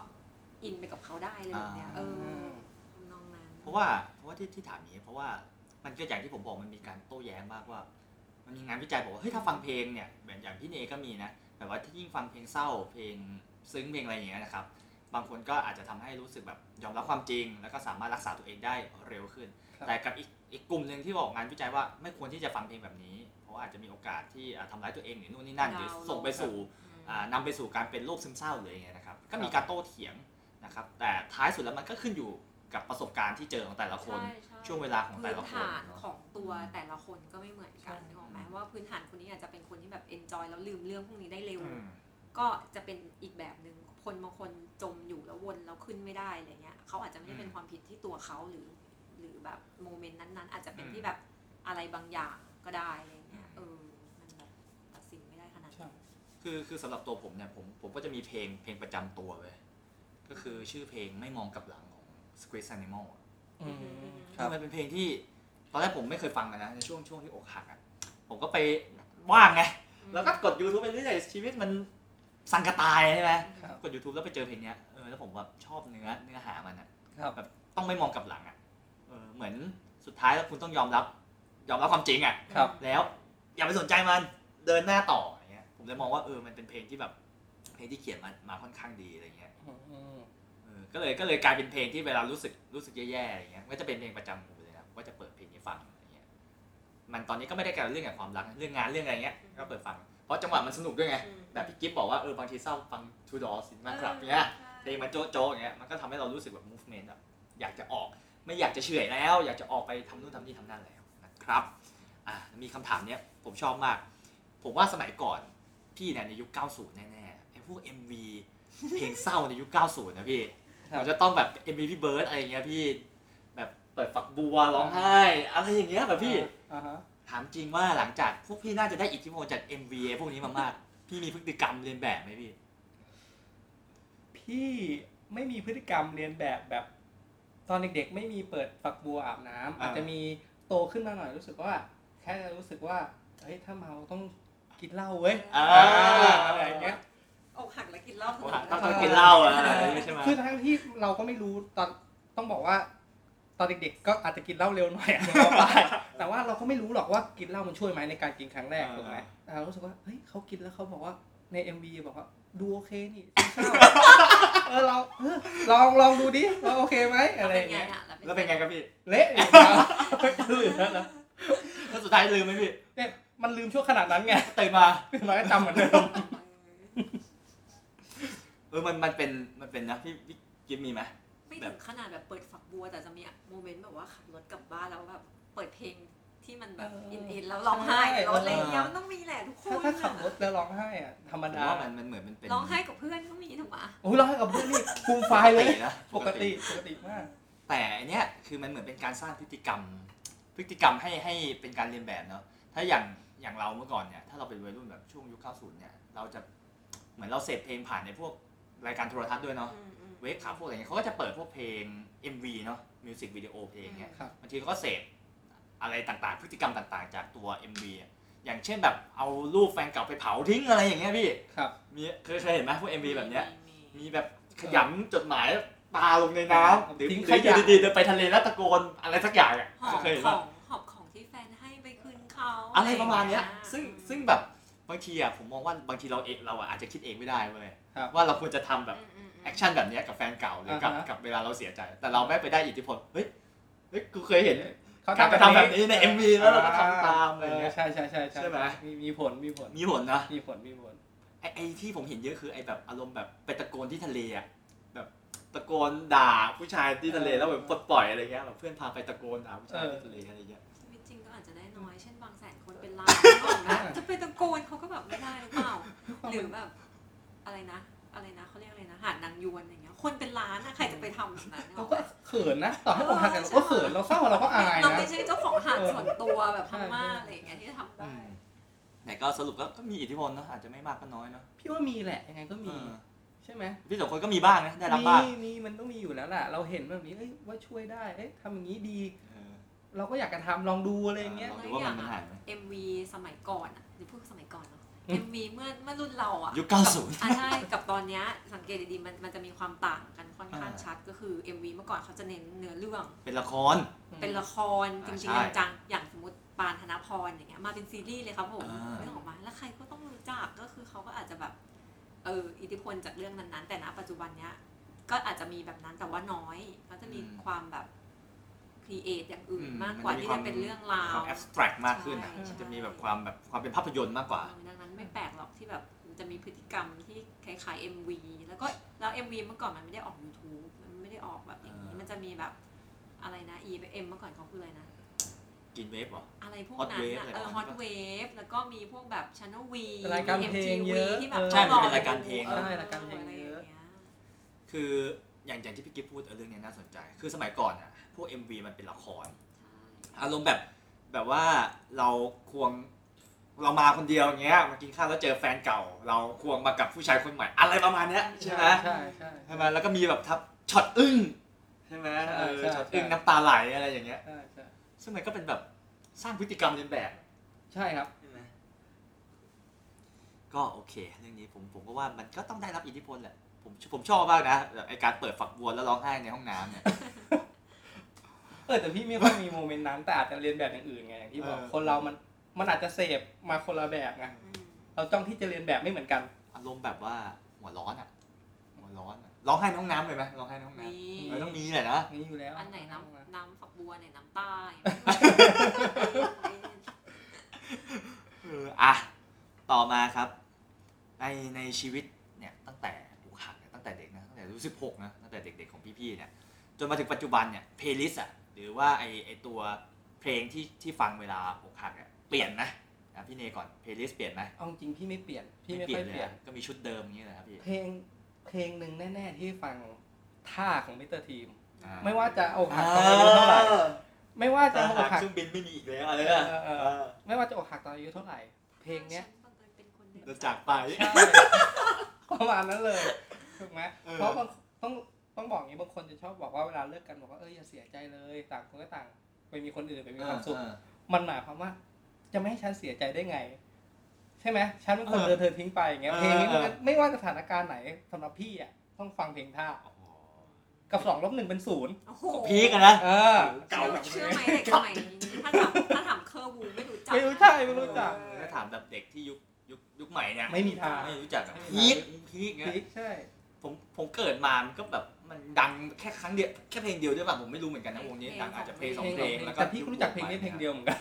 [SPEAKER 3] อินไปกับเขาได้เลยแบบเนี้ยเออน้องนั้น
[SPEAKER 1] เพราะว่าเพราะว่าที่ที่ถามอย่างนี้เพราะว่ามันก็อย่างที่ผมบอกมันมีการโต้แย้งมากว่า มันมีงานวิจัยบอกว่าเฮ้ยถ้าฟังเพลงเนี่ยแบบอย่างพี่เนก็มีนะแบบว่าถ้ายิ่งฟังเพลงเศร้าเพลงซึ้งเพลงอะไรอย่างเงี้ยนะครับบางคนก็อาจจะทำให้รู้สึกแบบยอมรับความจริง แล้วก็สามารถรักษาตัวเองได้เร็วขึ้น
[SPEAKER 2] ครับ
[SPEAKER 1] แต่กับอีกอีกกลุ่มหนึ่งที่บอกงานวิจัยว่าไม่ควรที่จะฟังเพลงแบบนี้ เพราะว่าอาจจะมีโอกาสที่อ่ะทำร้ายตัวเองหรือนู่นนี่นั่นหรือส่งไปสู่ อ่านำไปสู่การเป็นโรคซึมเศร้าเลยไงนะครับ ก็มีการโต้เถียงนะครับ แต่ท้ายสุดแล้วมันก็ขึ้นอยู่กับประสบการณ์ที่เจอของแต่ละคน
[SPEAKER 3] ใช่ใช่
[SPEAKER 1] ช่วงเวลาของแต่
[SPEAKER 3] พื้น
[SPEAKER 1] ละคน
[SPEAKER 3] ฐาน
[SPEAKER 1] เนอะ
[SPEAKER 3] ของตัวแต่ละคนก็ไม่เหมือนกัน
[SPEAKER 2] ใช่
[SPEAKER 3] นึกออกไหมว่าพื้นฐานคนนี้อาจจะเป็นคนที่แบบ enjoy แล้วลืมเรื่องพวกนี้ได้เร็ว
[SPEAKER 1] อืม
[SPEAKER 3] ก็จะเป็นอีกแบบหนึ่งคนบางคนจมอยู่แล้ววนแล้วขึ้นไม่ได้อะไรเงี้ยเขาอาจจะไม่ได้เป็น
[SPEAKER 1] อืม
[SPEAKER 3] ความผิดที่ตัวเขาหรือ หรือแบบโมเมนต์นั้นๆ อาจจะเป็น
[SPEAKER 1] อืม
[SPEAKER 3] ที่แบบอะไรบางอย่างก็ได้อะไรเงี้ย
[SPEAKER 1] อื
[SPEAKER 3] เอ
[SPEAKER 1] ม
[SPEAKER 3] อมันแบบตัดสินไม่ได้ขนาด
[SPEAKER 2] ใช่
[SPEAKER 3] นั้น
[SPEAKER 1] คือคือสำหรับตัวผมเนี่ยผมผมก็จะมีเพลงเพลงประจำตัวเลย ก็คือชื่อเพลงไม่มองกลับหลังของ Squid Animal อะ
[SPEAKER 2] อืมครับ
[SPEAKER 1] มันเป็นเพลงที่ตอนแรกผมไม่เคยฟังอะนะในช่วงช่วงที่อกหักอะผมก็ไปว่างไง แล้วก็กด YouTube ไปเรื่อยชีวิตมันสังกะตายใช่ไหม
[SPEAKER 2] ครับ
[SPEAKER 1] กด YouTube แล้วไปเจอเพลงเนี้ยเออแล้วผมแบบชอบเนื้อเนื้อหามันอะ
[SPEAKER 2] ครับ
[SPEAKER 1] แบบต้องไม่มองกลับหลังอ่ะเออเหมือนสุดท้ายแล้วคุณต้องยอมรับ ยอมรับความจริงอ่ะ
[SPEAKER 2] ครับ
[SPEAKER 1] แล้วอย่าไปสนใจมัน เดินหน้าต่ออย่างเงี้ย ผมเลยมองว่าเออ มันเป็นเพลงที่แบบ เพลงที่เขียนมามาค่อนข้างดีอะไรเงี้ย
[SPEAKER 2] อืม
[SPEAKER 1] เออ ก็เลยก็เลยกลายเป็นเพลงที่เวลารู้สึกรู้สึกแย่ๆอะไรเงี้ย ก็จะเป็นเพลงประจำผมเลยนะว่าจะเปิดเพลงนี้ฟังอะไรเงี้ย มันตอนนี้ก็ไม่ได้เกี่ยวกับเรื่องกับความรักนะเรื่องงานเรื่องอะไรเงี้ย ก็เปิดฟัง เพราะจังหวะมันสนุกด้วยไง
[SPEAKER 3] อืม
[SPEAKER 1] แบบพี่กิฟบอกว่าเออบางทีเศร้าฟังทูดอสินมากครับเนี้ย
[SPEAKER 3] ใช่
[SPEAKER 1] เพลงมันโจ๊ะๆอย่างเงี้ย มันก็ทำให้เรารู้สึกแบบ movement แบบอยากจะออก ไม่อยากจะเฉอยแล้ว อยากจะออกไปทำนู่นทำนี่ทำนั่นแล้วนะครับ อ่ะมีคำถามเนี้ยผมชอบมาก ผมว่าสมัยก่อนพี่เนี่ยในยุค 90 แน่ๆไอ้พวก MV เพลงเศร้าในยุค 90 นะพี่
[SPEAKER 2] ครับ
[SPEAKER 1] มันจะต้องแบบ MV พี่เบิร์ดอะไรอย่างเงี้ยพี่ แบบเปิดฝักบัวร้องไห้ อะไรอย่างเงี้ยแบบพี่
[SPEAKER 2] อ่าฮะ
[SPEAKER 1] ถามจริงว่าหลังจากพวกพี่น่าจะได้อิทธิพลจาก MV พวกนี้มามาก พี่มีพฤติกรรมเรียนแบบไหมพี่
[SPEAKER 2] พี่ไม่มีพฤติกรรมเรียนแบบแบบ ตอนเด็กๆ ไม่มีเปิดฝักบัวอาบน้ำ
[SPEAKER 1] อ่า
[SPEAKER 2] อาจจะมีโตขึ้นมาหน่อยรู้สึกว่า แค่จะรู้สึกว่าเฮ้ยถ้าเมาต้องกินเหล้าเว้ย
[SPEAKER 1] อ่า
[SPEAKER 2] อะไรอย่างเงี้ย
[SPEAKER 3] อกหักแล้วกินเหล้า
[SPEAKER 1] ผมถามต้องต้องกินเหล้าอะอะไรอย่างเงี้ยใช่ไหม
[SPEAKER 2] คือทั้งที่เราก็ไม่รู้ตอนต้องบอกว่า ตอนเด็กๆ ก็อาจจะกินเหล้าเร็วหน่อยอะ แต่ว่าเราก็ไม่รู้หรอกว่ากินเหล้ามันช่วยไหมในการกินครั้งแรก
[SPEAKER 1] อ่า
[SPEAKER 2] ถูกไหมแต่เรารู้สึกว่าเฮ้ยเขากินแล้วเขาบอกว่าใน MV บอกว่าดูโอเคนี่เศร้า เออเราเออลองลองดูดิเราโอเคไหม
[SPEAKER 3] อะ
[SPEAKER 2] อะไร ไรอย่
[SPEAKER 3] อา
[SPEAKER 2] ย่าง ง
[SPEAKER 3] เงี้
[SPEAKER 2] เงี้
[SPEAKER 3] ย
[SPEAKER 2] ย
[SPEAKER 3] อะ
[SPEAKER 1] แล้วเป็นไงครับพี่
[SPEAKER 2] เละอย่างเงี้ยไม่ตื่นแล้ว นะ
[SPEAKER 1] แล้วสุดท้ายลืมไหมพี่
[SPEAKER 2] เนี่ยมันลืมชั่วขนาดนั้นไง
[SPEAKER 1] ตื่นมา
[SPEAKER 2] ตื่นมาก็จำเหมือนเดิม
[SPEAKER 1] เออมันมันเป็นมันเป็นนะพี่พี่กิฟมีไหม
[SPEAKER 3] ไม่ถึงขนาดแบบเปิดฝักบัวแต่จะมีโมเมนต์แบบว่าขับรถกลับบ้านแล้วแบบเปิดเพลงที่มันแบบอินอินๆแล้วร้องไห้ในรถอะไรอย่างเงี้ยมันต้องมีแหละทุกคน
[SPEAKER 2] ถ้าถ้าขับรถแล้วร้องไห้อะธรรม
[SPEAKER 1] ผม
[SPEAKER 2] ดา
[SPEAKER 1] ว่ามันมันเหมือนมันเป็น
[SPEAKER 3] ร้องไห้กับเพื่อนก็มีถูกปะ
[SPEAKER 2] โอ้ยร้องไห้กับเพื่อนนี่ฟูมไฟายเลย
[SPEAKER 1] นะ
[SPEAKER 2] ปกติปกติมาก
[SPEAKER 1] แต่อันเนี้ยคือมันเหมือนเป็นการสร้างพฤติกรรม พฤติกรรมให้ให้เป็นการเรียนแบบเนาะถ้าอย่างอย่างเราเมื่อก่อนเนี่ยถ้าเราเป็นวัยรุ่นแบบช่วงยุค 90 เนี่ยเราจะเหมือนเราเสพเพลงผ่านในพวกรายการโทรทัศน์ด้วยเนาะเวกขาพวกอะไรเงี้ยเขาก็จะเปิดพวกเพลง MV เนาะมิวสิกวิดีโอเพลงเนี่ย
[SPEAKER 2] ครับ
[SPEAKER 1] บางทีเขาก็เสพอะไรต่างๆ พฤติกรรมต่างๆ จากตัว MV อะอย่างเช่นแบบเอารูปแฟนเก่าไปเผาทิ้งอะไรอย่างเงี้ยพี่
[SPEAKER 2] ครับ
[SPEAKER 1] มีเคยเคยเห็นไหมพวก MV แบบเนี้ย
[SPEAKER 3] มี
[SPEAKER 1] มีแบบขยำจดหมายปาลงในน้ำหรือ
[SPEAKER 2] ทิ้ง
[SPEAKER 1] หรือ
[SPEAKER 2] ขยะ
[SPEAKER 1] อยู่ดีๆเดินไปทะเลแล้วตะโกนอะไรสักอย่างอ่ะ
[SPEAKER 3] หอบ
[SPEAKER 1] เคยเห็น
[SPEAKER 3] ข
[SPEAKER 1] ปะ
[SPEAKER 3] องหอบของ เขา
[SPEAKER 1] อะไรประมาณเนี้ย
[SPEAKER 3] อะไรอย่
[SPEAKER 1] ซึ่ง
[SPEAKER 3] อืม
[SPEAKER 1] ซึ่งแบบบางทีอ่ะผมมองว่าบางทีเราเองเราอะอาจจะคิดเองไม่ได้เว้ย
[SPEAKER 2] ครับ
[SPEAKER 1] ว่าเราควรจะทำแบบ
[SPEAKER 3] อืมอืม
[SPEAKER 1] แอคชั่นแบบเนี้ยกับแฟนเก่าหรือกับ
[SPEAKER 2] อ่าฮะ
[SPEAKER 1] กับเวลาเราเสียใจ แต่เราไม่ไปได้อิทธิพลเฮ้ยเฮ้ยกูเคยเห็น
[SPEAKER 2] เขา
[SPEAKER 1] การกระทำแบบนี้ใน MV แล้วเราก็ทำตามอะไรเงี้ย
[SPEAKER 2] ใช่ใช่ใช่
[SPEAKER 1] ใช่ไหม
[SPEAKER 2] มีมีผลมีผล
[SPEAKER 1] มีผลนะ
[SPEAKER 2] มีผลมีผล
[SPEAKER 1] ไอ้ไอ้ที่ผมเห็นเยอะคือไอ้แบบอารมณ์แบบไปตะโกนที่ทะเลอะแบบตะโกนด่าผู้ชายที่ทะเลแล้วแบบปลดปล่อยอะไรเงี้ยแบบเพื่อนพาไปตะโกนด่าผู้ชายที่ทะเลอะไรเงี้ย
[SPEAKER 3] ชีวิตจริงก็อาจจะได้น้อย เช่นบางแสนคนเป็นล้านก็บอกนะ จะไปตะโกนเขาก็แบบไม่ได้หรือเปล่า หรือแบบอะไรนะ อะไรนะเขาเรียกอะไรนะหาดนางยวนอย่างเงี้ย คนเป็นล้านนะใครจะไปทำแบบนั้น
[SPEAKER 2] เราก็เขินนะต่อให้อกหักแต่เราก็เขินเราเศร้าเราก็อาย
[SPEAKER 3] เรา
[SPEAKER 2] นะ
[SPEAKER 3] ไม่ใช่เจ้าของหาดส่วนตัวแบบพม่า
[SPEAKER 2] ใช่
[SPEAKER 3] อะไรอย่างเงี้ยที่จะทำ
[SPEAKER 1] อื
[SPEAKER 3] ได้
[SPEAKER 1] มแต่ก็สรุปก็ก็มีอิทธิพลเนอะอาจจะไม่มากก็น้อยเนอะ
[SPEAKER 2] พี่ว่ามีแหละยังไงก็
[SPEAKER 1] เอ
[SPEAKER 2] มี
[SPEAKER 1] อ
[SPEAKER 2] ใช่ไหม
[SPEAKER 1] พี่สองคนก็มีบ้างนะได้รับ
[SPEAKER 2] มี
[SPEAKER 1] บ้าง
[SPEAKER 2] มีมันต้องมีอยู่แล้วแหละเราเห็นแบบนี้เอ้ยว่าช่วยได้เอ้ยทำอย่างนี้ดี
[SPEAKER 1] เออ
[SPEAKER 2] เราก็อยากจะทำลองดูอะไรอย่างเงี้ย
[SPEAKER 1] ลองดูว่ามันมันหายไหม
[SPEAKER 3] MV สมัยก่อนอะหรือพูดสมัยก่อนเนาะ
[SPEAKER 2] อืม
[SPEAKER 3] MV เมื่อเมื่อรุ่นเราอะ
[SPEAKER 1] ยุค
[SPEAKER 3] กับ
[SPEAKER 1] 90
[SPEAKER 3] อ่ะใช่กับตอนเนี้ยสังเกตดีๆมันมันจะมีความต่างกันค่อนข้าง
[SPEAKER 1] อ่า
[SPEAKER 3] ชัดก็คือ MV เมื่อก่อนเขาจะเน้นเนื้อเรื่อง
[SPEAKER 1] เป็นละคร
[SPEAKER 3] เป็นละครจ
[SPEAKER 1] อ่า
[SPEAKER 3] ริง
[SPEAKER 1] ใช่
[SPEAKER 3] ๆจังๆอย่างสมมติปานธนพรอย่างเงี้ยมาเป็นซีรีส์เลยครับผม
[SPEAKER 1] อ่า
[SPEAKER 3] เรื่องออกมาแล้วใครก็ต้องรู้จักก็คือเขาก็อาจจะแบบเอออิทธิพลจากเรื่องนั้นๆ แต่ณปัจจุบันเนี้ยก็อาจจะมีแบบนั้นแต่ว่าน้อยเขาจะมีความแบบครีเอทอย่างอื่นมากกว่าที่จะเป็นเรื่องราว
[SPEAKER 1] ความแอบสแตรกมากขึ้นอะ
[SPEAKER 3] ใช่
[SPEAKER 1] มันจะมีแบบความแบบความเป็นภาพยนตร์มากกว่า
[SPEAKER 3] ดังนั้นไม่แปลกหรอกที่แบบมันจะมีพฤติกรรมที่คล้ายๆ MV แล้วก็แล้ว MV เมื่อก่อนมันไม่ได้ออก YouTube มันไม่ได้ออกแบบอย่างนี้
[SPEAKER 1] อ่ามั
[SPEAKER 3] มันจะมีแบบอะไรนะ E M เมื่อก่อนเขาคืออะไรนะ
[SPEAKER 1] กินเวฟเหรอ
[SPEAKER 3] อะไรพวก
[SPEAKER 1] Hot
[SPEAKER 3] นั้น
[SPEAKER 1] Wave
[SPEAKER 3] อะ
[SPEAKER 1] อะไร
[SPEAKER 3] เออ
[SPEAKER 1] ประ
[SPEAKER 3] ฮอ
[SPEAKER 1] มาณ
[SPEAKER 3] ต
[SPEAKER 1] นั้นปะ
[SPEAKER 3] เวฟแล้วก็มีพวกแบบช n e l V
[SPEAKER 2] รายการเพลงเยอะ
[SPEAKER 3] ที่แบบ
[SPEAKER 2] เออ
[SPEAKER 1] ใช่มันเป็นรายการเพลง
[SPEAKER 3] ออ
[SPEAKER 2] ใช่รายการเพลงเยอะ
[SPEAKER 3] ไรางงี้
[SPEAKER 1] คืออย่างอย่างที่พี่กิ๊ฟพูดเออเรื่องเนี้ยน่าสนใจ คือสมัยก่อนอ่ะพวก MV มันเป็นละคร อารมณ์แบบแบบว่าเราควงเรามาคนเดียวอย่างเงี้ยมากินข้าวแล้วเจอแฟนเก่า เราควงมากับผู้ชายคนใหม่อะไรประมาณเนี้ยใช่ไหม
[SPEAKER 2] ใช่ใช่ใช่
[SPEAKER 1] ใช่ไหมแล้วก็มีแบบทับช็อตอึ้งใช่ไหมเออ
[SPEAKER 2] ใช่ใช่
[SPEAKER 1] ช็อตอึ้งน้ำตาไหลอะไรอย่างเงี้ย
[SPEAKER 2] ใช่ใช่
[SPEAKER 1] ซึ่งมันก็เป็นแบบสร้างพฤติกรรมเลียนแบบ
[SPEAKER 2] ใช่ครับ
[SPEAKER 1] ใช่ไหมก็โอเค เรื่องนี้ผมผมก็ว่ามันก็ต้องได้รับอิทธิพลแหละ ผมผมชอบมากนะแบบไอการเปิดฝักบัวแล้วร้องไห้ในห้องน้ำเนี่ย
[SPEAKER 2] เออแต่พี่ไม่ค่อยมีโมเมนต์นั้นแต่อาจจะเรียนแบบอย่างอื่นไงอย่างที่บอก
[SPEAKER 1] เออ
[SPEAKER 2] คนเรามันมันอาจจะเสพมาคนละแบบไง
[SPEAKER 3] อืม
[SPEAKER 2] เราจ้องที่จะเรียนแบบไม่เหมือนกัน
[SPEAKER 1] อารมณ์แบบว่าหัวร้อนอ่ะ หัวร้อนอะร้องไห้ในห้องน้ำเลยไหมร้องไห้ในห้องน้
[SPEAKER 3] มี
[SPEAKER 1] ำเออต้องมีแหละนะ
[SPEAKER 2] นี่อยู่แล้ว
[SPEAKER 3] อันไหนน้ำน้ำฝักบัวไหนน้ำใต้
[SPEAKER 1] เอออ่ะต่อมาครับ ในในชีวิตเนี่ยตั้งแต่อกหักเนี่ยตั้งแต่เด็กนะตั้งแต่อายุสิบหกนะตั้งแต่เด็กๆของพี่ๆเนี่ยจนมาถึงปัจจุบันเนี่ยเพลย์ลิสต์อ่ะหรือว่าไอไอตัวเพลงที่ที่ฟังเวลาอกหักเนี่ยเปลี่ยนไหมอ่ะพี่เนก่อนเพลย์ลิสต์เปลี่ยนไหม
[SPEAKER 2] เอาจริงพี่ไม่เปลี่ยนพี่ไม่ค่อยเปลี่ยน
[SPEAKER 1] ลอะก็มีชุดเดิมอย่างนี้แหละครับพี่
[SPEAKER 2] เพลงเพลงหนึ่งแน่ๆที่ฟังท่าของมิสเตอร์ทีม
[SPEAKER 1] อ่า
[SPEAKER 2] ไม่ว่าจะเอาหักตอนอายุเท่าไหร่ไม่ว่าจะ
[SPEAKER 1] จะ
[SPEAKER 2] เอา
[SPEAKER 1] หัก
[SPEAKER 2] หัก
[SPEAKER 1] เครื่องบินไม่มีอีกแล้วอะไร
[SPEAKER 2] เอ
[SPEAKER 1] นะ
[SPEAKER 2] อเออเออ ไม่ว่าจะอกหักตอนอายุเท่าไหร่ เพลงเนี้ย
[SPEAKER 3] ฉับังเอิญเป็นคนเดียว
[SPEAKER 1] จะจากไป
[SPEAKER 2] ใช่ประมาณนั้นเลยถูกไหม
[SPEAKER 1] เออ
[SPEAKER 2] เพราะบางต้องต้องบอกอย่างนี้บางคนจะชอบบอกว่าเวลาเลิกกันบอกว่าเอออย่าเสียใจเลยต่างคนก็ต่างไปมีคนอื่นไปมีความสุข มันหมายความว่า จะไม่ให้ฉันเสียใจได้ไง ใช่ไหมฉันเป็นคน
[SPEAKER 1] เออ
[SPEAKER 2] เดินเธอทิ้งไปอย่างเงี้ย
[SPEAKER 1] เออ
[SPEAKER 2] เพลงนี้มันก็
[SPEAKER 1] เออ
[SPEAKER 2] ไม่ว่าสถานการณ์ไหนสำหรับพี่อ่ะต้องฟังเพลงท่า
[SPEAKER 1] โอ้โห
[SPEAKER 2] กับสองลบหนึ่งเป็นศูนย์
[SPEAKER 3] โอ้โห
[SPEAKER 1] ก็พีกอะนะ
[SPEAKER 2] เออ
[SPEAKER 1] เก่าแบบ
[SPEAKER 3] เชื่อไหมเด็กสมัยนี้ถ้าถามถ้าถามเคอร์บูไม่รู้จัก
[SPEAKER 2] ไม่รู้จักไม่รู้จัก
[SPEAKER 3] เออ
[SPEAKER 1] ถ้าถามแบบเด็กที่ยุคยุคยุคใหม่เนี่ย
[SPEAKER 2] ไม่มีทาง
[SPEAKER 1] ไม่รู้จักอะ
[SPEAKER 2] ไม่มี
[SPEAKER 1] พีกพีก
[SPEAKER 2] ทางพี
[SPEAKER 1] เนี่ย
[SPEAKER 2] คใช่
[SPEAKER 1] ผมผมเกิดมา มันก็แบบมันดังแค่ครั้งเดียวแค่เพลงเดียวด้วยป่ะผมไม่รู้เหมือนกันนะวงนี้
[SPEAKER 3] เพลง
[SPEAKER 1] ดังอาจจะเพลงสอง
[SPEAKER 3] เพ
[SPEAKER 1] เพ
[SPEAKER 3] ล
[SPEAKER 1] ล
[SPEAKER 3] ง
[SPEAKER 1] งแล้วก็
[SPEAKER 2] แต่พี่ก็รู้จักเพลงนี้เพลงเดียวเหมือนกัน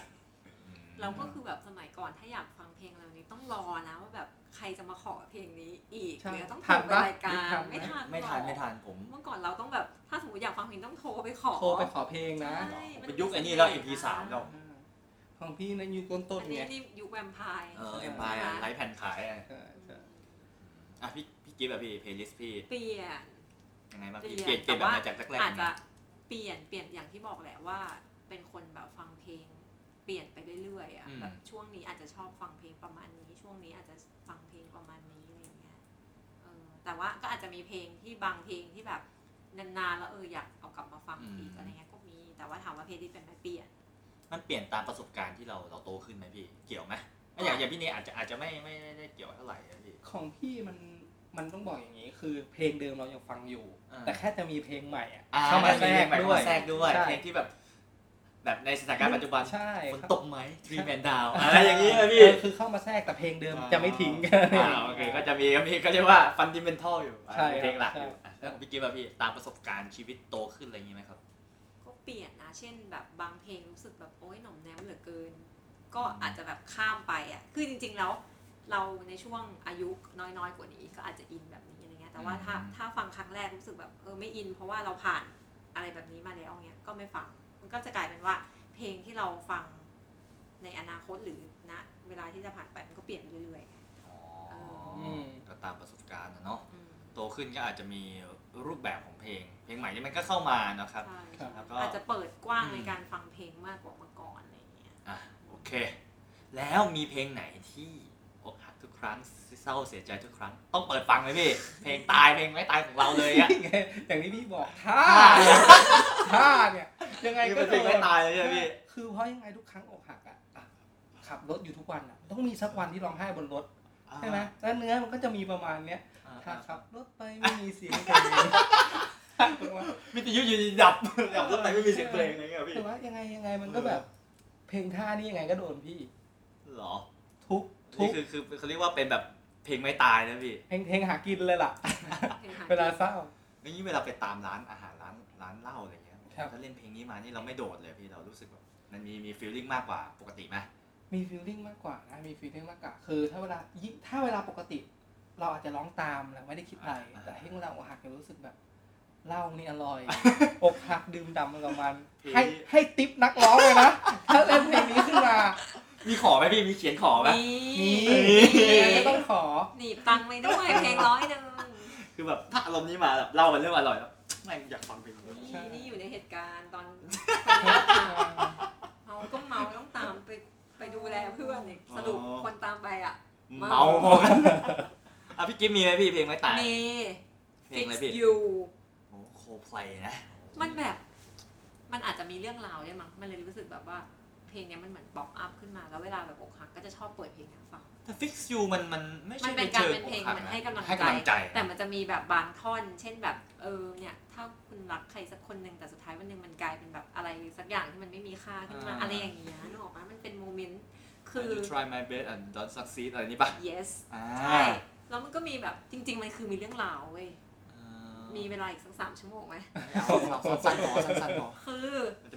[SPEAKER 3] เราก็คือแบบสมัยก่อนถ้าอยากฟังเพลงเหล่านี้ต้องรอนะว่าแบบใครจะมาขอเพลงนี้อีก
[SPEAKER 2] ใช่
[SPEAKER 3] หรือต้อง
[SPEAKER 2] ทั
[SPEAKER 3] โทร
[SPEAKER 2] นปะ
[SPEAKER 3] ไปรายการ
[SPEAKER 2] ทันไหม
[SPEAKER 3] ไม่ทัน
[SPEAKER 1] ไม่ทันไม่
[SPEAKER 3] หรอก
[SPEAKER 1] ทันผม
[SPEAKER 3] เมื่อก่อนเราต้องแบบ ถ้าสมมติอยากฟังเพลงต้องโทรไปขอ
[SPEAKER 2] โทรไปขอเพลงนะ
[SPEAKER 3] ใช่มั
[SPEAKER 1] เป็นยุคไอ้นี่แล้ว MP3 แล้ว
[SPEAKER 2] อ่าของพี่นั้นอยู่ต้นต้น
[SPEAKER 3] อัน
[SPEAKER 2] ๆ
[SPEAKER 3] นี้
[SPEAKER 2] ไง
[SPEAKER 3] นี่ยุคแวมไพร์
[SPEAKER 1] เออเอ็มพายไลฟ์แผ่นขายอะ
[SPEAKER 2] ใช่ใช่
[SPEAKER 1] อ่ะพี่พี่กิ๊บแบบพี่เพลย์ลิสต์พี่
[SPEAKER 3] เปลี่ยน
[SPEAKER 1] ยังไงบ้าง
[SPEAKER 3] เปลี่
[SPEAKER 1] พี่
[SPEAKER 3] ยน
[SPEAKER 1] เปลี่ยนเปลี่ยนแบบ
[SPEAKER 3] แต่ว่า
[SPEAKER 1] มาจากแรกๆ
[SPEAKER 3] อาจ
[SPEAKER 1] ยังไง
[SPEAKER 3] จะเปลี่ยนเปลี่ยนอย่างที่บอกแหละว่า เป็นคนแบบฟังเพลง เปลี่ยนไปเรื่อยๆอ่ะ
[SPEAKER 1] อืม
[SPEAKER 3] แบบช่วงนี้อาจจะชอบฟังเพลงประมาณนี้ ช่วงนี้อาจจะฟังเพลงประมาณนี้อะไรอย่างเงี้ยเออแต่ว่าก็อาจจะมีเพลงที่บางเพลงที่แบบนานๆแล้วเอออยากเอากลับมาฟังอีกอะไรเงี้ยก็มีแต่ว่าถามว่าเพลงที่เป็นไหมเปลี่ยน
[SPEAKER 1] มันเปลี่ยนตามประสบการณ์ที่เราเราโตขึ้นไหมพี่ เกี่ยวไหมไม่อย่างอย่างพี่เนยอาจจะอาจจะไม่ไม่ไม่ได้เกี่ยวเท่าไหร่นะพี่
[SPEAKER 2] ของพี่มันมันต้องบอกอย่างนี้ คือเพลงเดิมเรายังฟังอยู่
[SPEAKER 1] อ่า
[SPEAKER 2] แต่แค่จะมีเพลงใหม่อะ
[SPEAKER 1] อ่
[SPEAKER 2] เข้ามาแทรก
[SPEAKER 1] เพลงใหม่
[SPEAKER 2] ด้วย
[SPEAKER 1] เข้ามาแทรกด้วย
[SPEAKER 2] ใช่
[SPEAKER 1] เพลงที่แบบ แบบในสถานการณ์ปัจจุบัน
[SPEAKER 2] ใช่
[SPEAKER 1] ฝน
[SPEAKER 2] ครับ
[SPEAKER 1] ตกไหมทรีแมนดาวอะไรอย่างนี้เลยพี่
[SPEAKER 2] เออคือเข้ามาแทรกแต่เพลงเดิมจะไม่ทิ้ง
[SPEAKER 1] อ่าโอเคก็จะมีก็มีก็เรียกว่าฟันดิเมนทัลอยู่อ่ะ
[SPEAKER 2] ใช่
[SPEAKER 1] เป็นเพลงหลัก
[SPEAKER 2] ใช่
[SPEAKER 1] อยู่อ่ะแล้วของพี่กิ๊บอะพี่ตามประสบการณ์ชีวิตโตขึ้นอะไรอย่างนี้ไหมครับ
[SPEAKER 3] ก็เปลี่ยนนะ เช่นแบบบางเพลงรู้สึกแบบโอ๊ยหน่อมแนมเหลือเกิน ก็อาจจะแบบข้ามไปอ่ะ คือจริงๆแล้ว เราในช่วงอายุน้อยๆกว่านี้ก็อาจจะอินแบบนี้อะไรเงี้ย แต่ว่าถ้า
[SPEAKER 1] อืม
[SPEAKER 3] ถ้าฟังครั้งแรกรู้สึกแบบเออไม่อิน เพราะว่าเราผ่านอะไรแบบนี้มาแล้วเงี้ย ก็ไม่ฟัง มันก็จะกลายเป็นว่าเพลงที่เราฟังในอนาคตหรือณเวลาที่จะผ่านไปมันก็เปลี่ยนไปเรื่อย
[SPEAKER 1] อ๋อ
[SPEAKER 2] อืม
[SPEAKER 1] ก็ตามประสบการณ์นะเนาะ
[SPEAKER 3] ๆ อืม
[SPEAKER 1] โตขึ้นก็อาจจะมีรูปแบบของเพลง เพลงใหม่ที่มันก็เข้ามาเนาะครับ
[SPEAKER 3] ใช่
[SPEAKER 2] ครับ
[SPEAKER 1] แล้วก็
[SPEAKER 3] อาจจะเปิดกว้างในการฟังเพลงมากกว่าเมื่อก่อนอะไรเงี้ย
[SPEAKER 1] อ่ะโอเค แล้วมีเพลงไหนที่อกหักทุกครั้งเศร้าเสียใจทุกครั้ง ต้องเปิดฟัง เลยพี่ เพลงตายเพลงไม่ตายของเราเลยอะ
[SPEAKER 2] นี่ไงอย่างที่พี่บอกท่าท่าเนี่ยยังไง
[SPEAKER 1] นี่
[SPEAKER 2] ก็
[SPEAKER 1] เป็นเพลง
[SPEAKER 2] โด
[SPEAKER 1] ไม่
[SPEAKER 2] น
[SPEAKER 1] ตายเลยใช่ไหมพี่
[SPEAKER 2] คือเพราะยังไงทุกครั้งอกหักอ่ะอ่ะขับรถอยู่ทุกวันอ่ะต้องมีสักวันที่ร้องไห้บนรถใช่ไหมแล้วเนื้อมันก็จะมีประมาณเนี้ย
[SPEAKER 1] อ่
[SPEAKER 2] ถ้า
[SPEAKER 1] า
[SPEAKER 2] ขับรถไปไม่มีเสียงเพลง ถูกไหม
[SPEAKER 1] วิทยุอยู่ดีดับดับแล้วไหนไม่มีเสียงเพลงอะไรเงี้ยพี่
[SPEAKER 2] ถูกไหมยังไงยังไงมันก็แบบ เพลงท่านี่ยังไงก็โดนพี่
[SPEAKER 1] หรอ
[SPEAKER 2] ทุกทุ
[SPEAKER 1] นี่
[SPEAKER 2] ก
[SPEAKER 1] คือคือเขาเรียกว่าเป็นแบบเพลงไม่ตายนะพี่
[SPEAKER 2] เพลงเพลงหากินเลยล่ะ เวลาเศร้า
[SPEAKER 1] แล้วยิ่งเวลาไปตามร้านอาหารร้านร้านเหล้าอะไรเงี้ย
[SPEAKER 2] ครับ
[SPEAKER 1] ถ้าเล่นเพลงนี้มานี่เราไม่โดดเลยพี่เรารู้สึกแบบมันมีมีฟีลลิ่งมากกว่าปกติไหม
[SPEAKER 2] มีฟีลลิ่งมากกว่านะมีฟีลลิ่งมากกว่าคือ ถ้าเวลายิ่งถ้าเวลาปกติ เราอาจจะร้องตามเราไม่ได้คิดอะไรแต่ให้เวลาอกหักจะรู้สึกแบบเหล้านี่อร่อย อกหักดื่มดำกับมัน ให้ให้ติปนักร้องเลยนะถ้าเล่นเพลงนี้ขึ้นมา
[SPEAKER 1] มีขอไหมพี่มีเขียนขอไหม
[SPEAKER 2] นี่จะต้องขอ
[SPEAKER 3] หนีบตังค์ไปด้วยเพลงร้อยหนึ่ง
[SPEAKER 1] คือแบบถ้าอารมณ์นี้มาแบบเหล่ามันเริ่มอร่อยแล้วแม่งอยากฟังเพลงนี้
[SPEAKER 3] นี่
[SPEAKER 2] ใช่
[SPEAKER 3] นี่อยู่ในเหตุการณ์ตอนเมาก็เมาต้องตามไปไปดูแลเพื่อนอีกสรุปคนตามไปอ่ะ
[SPEAKER 1] เมาพอกันอ่ะพี่กิ๊ฟมีไหมพี่เพลงไม่ตาย
[SPEAKER 3] มี
[SPEAKER 1] เพลงอะไรพี่
[SPEAKER 3] อยู่
[SPEAKER 1] โอ้โคเพลย์นะ
[SPEAKER 3] มันแบบมันอาจจะมีเรื่องราวด้วยมั้งมันเลยรู้สึกแบบว่าเพลงเนี้ยมันเหมือนป๊อปอัพขึ้นมาแล้วเวลาแบบอกหักก็จะชอบเปิดเพลงนี้ฟัง
[SPEAKER 1] แต่ Fix You มันมันไม่
[SPEAKER 3] มั
[SPEAKER 1] ใช่
[SPEAKER 3] นเป็นการ
[SPEAKER 1] ชิ
[SPEAKER 3] เป็นเพลง
[SPEAKER 1] อกหั
[SPEAKER 3] เหมือนให้กำลัง
[SPEAKER 1] ให้กำลัง
[SPEAKER 3] ใจ
[SPEAKER 1] ใจ
[SPEAKER 3] แต่มันจะมีแบบบางท่อน เช่นแบบเออเนี่ยถ้าคุณรักใครสักคนหนึ่งแต่สุดท้ายวันหนึ่งมันกลายเป็นแบบอะไรสักอย่างที่มันไม่มีค่าขึ้นมาอะไรอย่างเงี้ยนึกออกไหมมันเป็นโมเมนต์คือ
[SPEAKER 1] คือ try my best and don't succeed อะไรนี่ปะ
[SPEAKER 3] yes
[SPEAKER 1] อ่า
[SPEAKER 3] ใช่แล้วมันก็มีแบบจริง ๆ มันคือมีเรื่องราวเว้ยมีเวลาอีกสักสามชั่วโมงไหม
[SPEAKER 1] สั้นๆพอสั้นๆพอ
[SPEAKER 3] คือ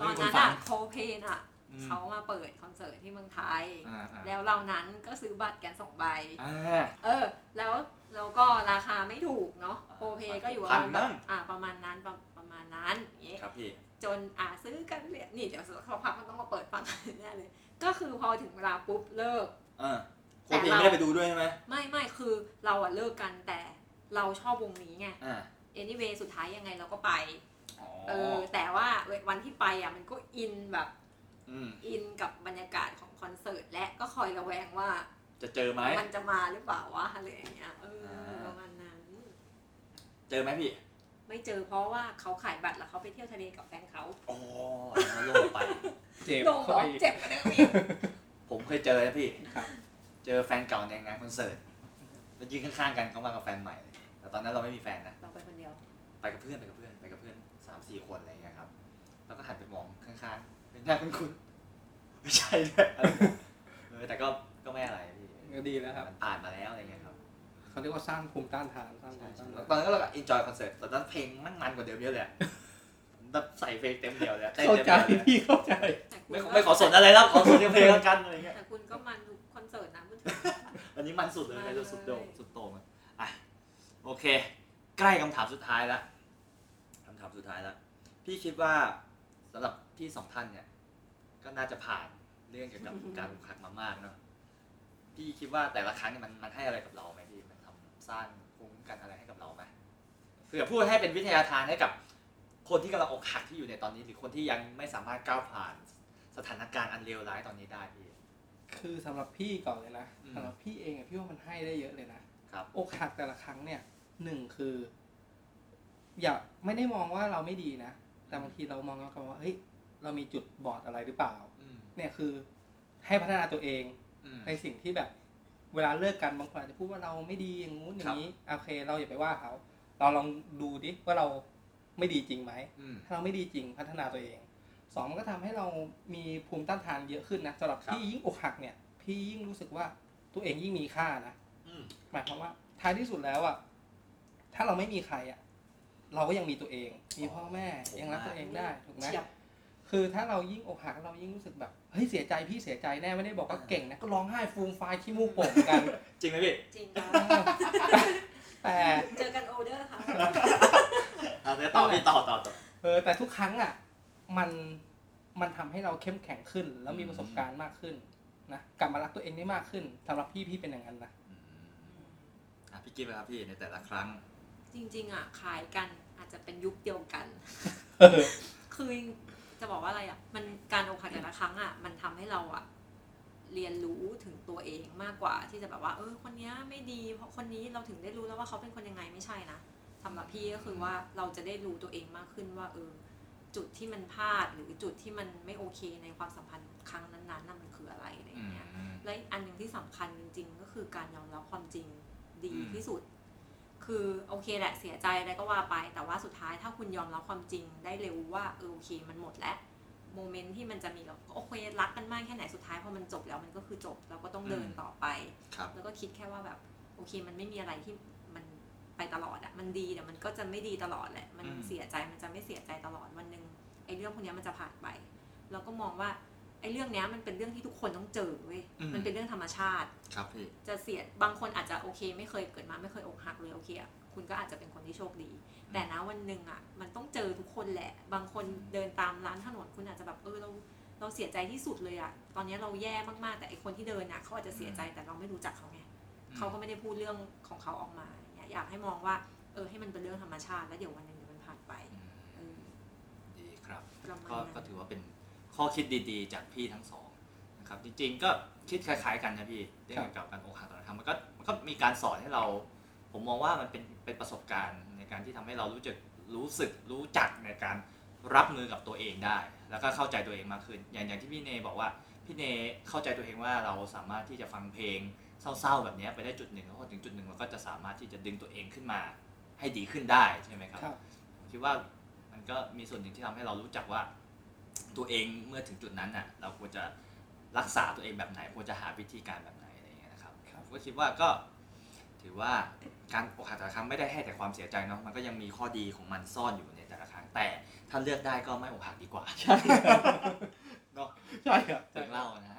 [SPEAKER 1] มันจะไม่มีค
[SPEAKER 3] ตอน
[SPEAKER 1] น
[SPEAKER 3] นั้
[SPEAKER 1] ฟั
[SPEAKER 3] นอะ
[SPEAKER 1] ง
[SPEAKER 3] โคเพนอะเขามาเปิดคอนเสิร์ตที่เมืองไทย
[SPEAKER 1] อ่าๆ
[SPEAKER 3] แล้วเรานั้นก็ซื้อบัตรกันสองใบ
[SPEAKER 1] อ่า
[SPEAKER 3] เออแล้วเราก็ราคาไม่ถูกเนาะโปรเพก็อยู่ประมาณ
[SPEAKER 1] พัน
[SPEAKER 3] แบ
[SPEAKER 1] มั้
[SPEAKER 3] บ
[SPEAKER 1] ง
[SPEAKER 3] อ่าประมาณนั้นประประมาณนั้นอย่างเงี้ย
[SPEAKER 1] ครับพี่
[SPEAKER 3] จนอ่าซื้อกันเรื่อยนี่เดี๋ยวสักพักมันต้องมาเปิดฟัง แน่เลย ก็คือพอถึงเวลาปุ๊บเลิก
[SPEAKER 1] เออโคเพลงไม่ได้ไปดูด้วยใช่ไหม
[SPEAKER 3] ไม่ไม่คือเราอะเลิกกันแต่เราชอบวงนี้ไง
[SPEAKER 1] อ่า
[SPEAKER 3] anyway สุดท้ายยังไงเราก็ไป
[SPEAKER 1] อ๋อ
[SPEAKER 3] เออแต่ว่าวันที่ไปอะมันก็อินแบบ
[SPEAKER 1] อืม
[SPEAKER 3] อินกับบรรยากาศของคอนเสิร์ตและก็คอยระแวงว่า
[SPEAKER 1] จะเจอไหม
[SPEAKER 3] มันจะมาหรือเปล่าวะอะไรอย่างเงี้ยเอออา ประมาณนั้น
[SPEAKER 1] เจอไหมพี่
[SPEAKER 3] ไม่เจอเพราะว่าเขาขายบัตรแล้วเขาไปเที่ยวทะเลกับแฟนเขา
[SPEAKER 1] อ๋อแล้วโลกไป
[SPEAKER 2] เจ็บ
[SPEAKER 3] โดน
[SPEAKER 2] เข้า
[SPEAKER 3] ร้อ
[SPEAKER 2] ไป
[SPEAKER 3] ง
[SPEAKER 2] อีก
[SPEAKER 3] เจ็บกันเลย
[SPEAKER 1] ผมเคยเจอนะพี่
[SPEAKER 2] ครับ
[SPEAKER 1] เจอแฟนเก่าในงานคอนเสิร์ต แล้วยืนข้างๆกันเขามากับแฟนใหม่ แต่ตอนนั้นเราไม่มีแฟนนะ
[SPEAKER 3] เราไปคนเดียว
[SPEAKER 1] ไปกับเพื่อนไปกับเพื่อนไปกับเพื่อนสามสี่คนอะไรอย่างเงี้ยครับ แล้วก็หันไปมองข้างๆเป็นหน้าคุ้นๆไม่ใช่เลย อะไรอย่างเงี้ยเออแต่ก็ก็ไม่อะไรพี่
[SPEAKER 2] ก็ดีแล้วครับ
[SPEAKER 1] มันผ่านมาแล้วอะไรอย่างเงี้ยครับ
[SPEAKER 2] เขาเรียกว่าสร้างภูมิต้านทานสร้างภู
[SPEAKER 1] ใช่
[SPEAKER 2] มิ
[SPEAKER 1] ใช่
[SPEAKER 2] ต้าน
[SPEAKER 1] แล้วต
[SPEAKER 2] ทาน
[SPEAKER 1] อนนั้นเราก็ enjoy คอนเสิร์ตตอนนั้นเพลงมันมันกว่าเดิมเยอะเลยอะผมแบบใส่เพลงเต็มเดียวเลยอะเต้น
[SPEAKER 2] เข้า
[SPEAKER 1] เต็ม
[SPEAKER 2] ใจ
[SPEAKER 1] เดียวเลยอะ
[SPEAKER 2] พี่เข้าใจ
[SPEAKER 3] แต่คุณ
[SPEAKER 1] ไม่
[SPEAKER 3] ก็
[SPEAKER 1] ไม่ขอสนอะไรแล้วขอสนแค่เพลงแล้วกันอะไรเงี้ย
[SPEAKER 3] แต่คุณก็มันทุกคอนเสิร์ตนะพูดถึง
[SPEAKER 1] อันนี้มันสุดเลย
[SPEAKER 3] มา
[SPEAKER 1] นะ
[SPEAKER 3] เลย
[SPEAKER 1] สุดโด่งสุดโต่งอะอ่ะโอเค ใกล้คำถามสุดท้ายละคำถามสุดท้ายละพี่คิดว่าสำหรับพี่สองท่านเนี่ย ก็น่าจะผ่านเรื่องเกี่ยวกับการขักมามากเนาะพี่คิดว่าแต่ละครั้งเนี่ยมันมันให้อะไรกับเราไหมพี่มันทำสร้างภูมิคุ้มกันอะไรให้กับเราไหม เผื่อพูดให้เป็นวิทยาทานให้กับคนที่กำลังอกหักที่อยู่ในตอนนี้ หรือคนที่ยังไม่สามารถก้าวผ่านสถานการณ์อันเลวร้ายตอนนี้ได้พี่
[SPEAKER 2] คือสำหรับพี่ก่อนเลยนะ
[SPEAKER 1] อืม
[SPEAKER 2] สำหรับพี่เองอะพี่ว่ามันให้ได้เยอะเลยนะครับ อกหักแต่ละครั้งเนี่ยหนึ่งคือ อย่าไม่ได้มองว่าเราไม่ดีนะ แต่บางทีเรามองกันว่าเฮ้ยเรามีจุดบอดอะไรหรือเปล่า
[SPEAKER 1] อืม
[SPEAKER 2] เนี่ยคือให้พัฒนาตัวเอง
[SPEAKER 1] อืม
[SPEAKER 2] ในสิ่งที่แบบ เวลาเลิกกันบางคนอาจจะพูดว่าเราไม่ดีอย่างงู้นอย่างนี้โอเค เราอย่าไปว่าเขาเราลองดูดิว่าเราไม่ดีจริงไหม
[SPEAKER 1] อืม
[SPEAKER 2] ถ้าเราไม่ดีจริงพัฒนาตัวเอง สองมันก็ทำให้เรามีภูมิต้านทานเยอะขึ้นนะสำหรับ
[SPEAKER 4] ครับ
[SPEAKER 2] พี่ยิ่งอกหักเนี่ย พี่ยิ่งรู้สึกว่าตัวเองยิ่งมีค่านะ
[SPEAKER 4] อืม
[SPEAKER 2] หมายความว่าท้ายที่สุดแล้วอ่ะถ้าเราไม่มีใครอ่ะเราก็ยังมีตัวเอง มีพ่อแม่ยังรักตัวเองได้ถูกไหม
[SPEAKER 3] เฉียบ
[SPEAKER 2] คือถ้าเรายิ่งอกหักเรายิ่งรู้สึกแบบเฮ้ยเสียใจพี่เสียใจแน่ไม่ได้บอกว่าเก่งนะก็ร้องไห้ฟูมฟายขี้มูกโป่งกัน
[SPEAKER 1] จริงไหมพี่
[SPEAKER 3] จริงค่ะ
[SPEAKER 2] แต่
[SPEAKER 3] เจอกันโอเดอร์ค่ะ
[SPEAKER 1] อ่ะเดี๋ยวต่อพี่ต่อต่อต่อ
[SPEAKER 2] เออแต่ทุกครั้งอ่ะมันมันทำให้เราเข้มแข็งขึ้น แล้วมีประสบการณ์มากขึ้นนะกลับมารักตัวเองได้มากขึ้นสำหรับพี่พี่เป็นอย่างนั้นนะ
[SPEAKER 4] อืมอ่ะพี่กิ๊ฟครับพี่ในแต่ละครั้ง
[SPEAKER 3] จริง ๆ อ่ะขายกันอาจจะเป็นยุคเดียวกัน คือจะบอกว่าอะไรอ่ะ มันการอกหักแต่ละครั้งอ่ะ มันทำให้เราอ่ะ เรียนรู้ถึงตัวเองมากกว่าที่จะแบบว่า เออ คนเนี้ยไม่ดี เพราะคนนี้เราถึงได้รู้แล้วว่าเขาเป็นคนยังไงไม่ใช่นะสำหรับพี่ก็คือว่าเราจะได้รู้ตัวเองมากขึ้นว่าเออ จุดที่มันพลาดหรือจุดที่มันไม่โอเคในความสัมพันธ์ครั้งนั้นๆน่ะมันคืออะไรอะไรอย่างเงี้ย และอีกอันหนึ่งที่สำคัญจริงๆ ก็คือการยอมรับความจริงดี
[SPEAKER 4] อืม
[SPEAKER 3] ที่สุด คือโอเคแหละเสียใจอะไรก็ว่าไป แต่ว่าสุดท้ายถ้าคุณยอมรับความจริงได้เร็วว่าเออโอเคมันหมดแล้วโมเมนต์ที่มันจะมีเราโอเครักกันมากแค่ไหนสุดท้ายพอมันจบแล้วมันก็คือจบเราก็ต้องเดินต่อไป
[SPEAKER 4] ครับ
[SPEAKER 3] แล้วก็คิดแค่ว่าแบบโอเคมันไม่มีอะไรที่มันไปตลอดอะมันดีแต่มันก็จะไม่ดีตลอดแหละ มัน
[SPEAKER 1] อืม
[SPEAKER 3] เสียใจมันจะไม่เสียใจตลอดวันหนึ่งไอ้เรื่องพวกเนี้ยมันจะผ่านไป เราก็มองว่าไอ้เรื่องเนี้ยมันเป็นเรื่องที่ทุกคนต้องเจอเว้ย
[SPEAKER 1] อืม
[SPEAKER 3] มันเป็นเรื่องธรรมชาติ
[SPEAKER 4] ครับพี่
[SPEAKER 3] จะเสียบางคนอาจจะโอเค ไม่เคยเกิดมาไม่เคยอกหักเลยโอเคอะคุณก็อาจจะเป็นคนที่โชคดี แต่นะวันหนึ่งอะมันต้องเจอทุกคนแหละ บางคนเดินตามร้านถนนคุณอาจจะแบบเออเราเราเสียใจที่สุดเลยอะตอนเนี้ยเราแย่มากๆแต่ไอคนที่เดินอะเขาอาจจะเสียใจแต่เราไม่รู้จักเขาไง เขาก็ไม่ได้พูดเรื่องของเขาออกมาอย่างเงี้ยอยากให้มองว่า เออให้มันเป็นเรื่องธรรมชาติแล้วเดี๋ยววันหนึ่งเดี๋ยวมันผ่านไป
[SPEAKER 4] อืม
[SPEAKER 3] เออ
[SPEAKER 4] ดีครับ
[SPEAKER 3] ประมาณ
[SPEAKER 1] ก็ก็
[SPEAKER 3] นั้น
[SPEAKER 1] ถือว่าเป็นข้อคิดดีๆ จากพี่ทั้งสองนะครับจริงๆก็คิดคล้ายๆกันนะพี่เรื่องเกี่ยวกับการอกหักนะครับมันก็มันก็มีการสอนให้เรา ผมมองว่ามันเป็นเป็นประสบการณ์ในการที่ทำให้เรารู้จักรู้สึกรู้จักในการรับมือกับตัวเองได้ แล้วก็เข้าใจตัวเองมากขึ้น อย่างอย่างที่พี่เนยบอกว่าพี่เนยเข้าใจตัวเองว่าเราสามารถที่จะฟังเพลงเศร้าๆแบบเนี้ยไปได้จุดหนึ่งแล้วพอถึงจุดหนึ่งเราก็จะสามารถที่จะดึงตัวเองขึ้นมาให้ดีขึ้นได้ใช่ไหมครับ ผมคิดว่ามันก็มีส่วนหนึ่งที่ทำให้เรารู้จักว่า ตัวเองเมื่อถึงจุดนั้นน่ะ เราควรจะรักษาตัวเองแบบไหนควรจะหาวิธีการแบบไหนอะไรอย่างเงี้ยนะครับ
[SPEAKER 2] ครับ
[SPEAKER 1] ผมก็คิดว่าก็ถือว่าการอกหักแต่ละครั้งไม่ได้ให้แต่ความเสียใจเนาะมันก็ยังมีข้อดีของมันซ่อนอยู่ในแต่ละครั้งแต่ถ้าเลือกได้ก็ไม่อกหักดีกว่า ใช่เนาะ
[SPEAKER 2] ใช่ครับ
[SPEAKER 1] ถึงเล่านะ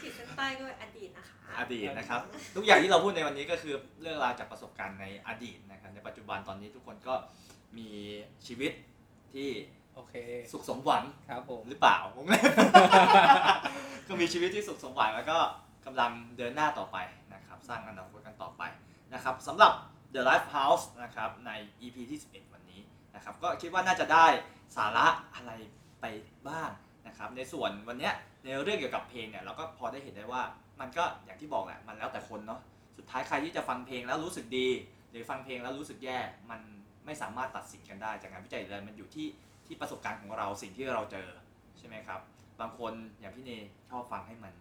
[SPEAKER 3] ขีดเส้นใต้ด้วยอดีตนะคะ
[SPEAKER 1] อดีตนะครับ ทุกอย่างที่เราพูดในวันนี้ก็คือเรื่องราวจากประสบการณ์ในอดีตนะครับในปัจจุบันตอนนี้ทุกคนก็มีชีวิตที่
[SPEAKER 2] โอเค
[SPEAKER 1] สุขสมหวัง
[SPEAKER 2] ครับผม
[SPEAKER 1] หรือเปล่าว งเล็บ ก็มีชีวิตที่สุขสมหวังแล้วก็กำลังเดินหน้าต่อไปนะครับ สร้างอนาคตกันต่อไปนะครับสำหรับ The Life House นะครับใน EP ที่ 11 วันนี้นะครับก็คิดว่าน่าจะได้สาระอะไรไปบ้างนะครับ ในส่วนวันเนี้ยในเรื่องเกี่ยวกับเพลงเนี่ยเราก็พอได้เห็นได้ว่ามันก็อย่างที่บอกแหละมันแล้วแต่คนเนาะสุดท้ายใครที่จะฟังเพลงแล้วรู้สึกดี หรือฟังเพลงแล้วรู้สึกแย่ มันไม่สามารถตัดสินกันได้ จากงานวิจัยเลยมันอยู่ที่ ที่ประสบการณ์ของเราสิ่งที่เราเจอใช่ไหมครับ บางคนอย่างพี่เนยชอบฟังให้มัน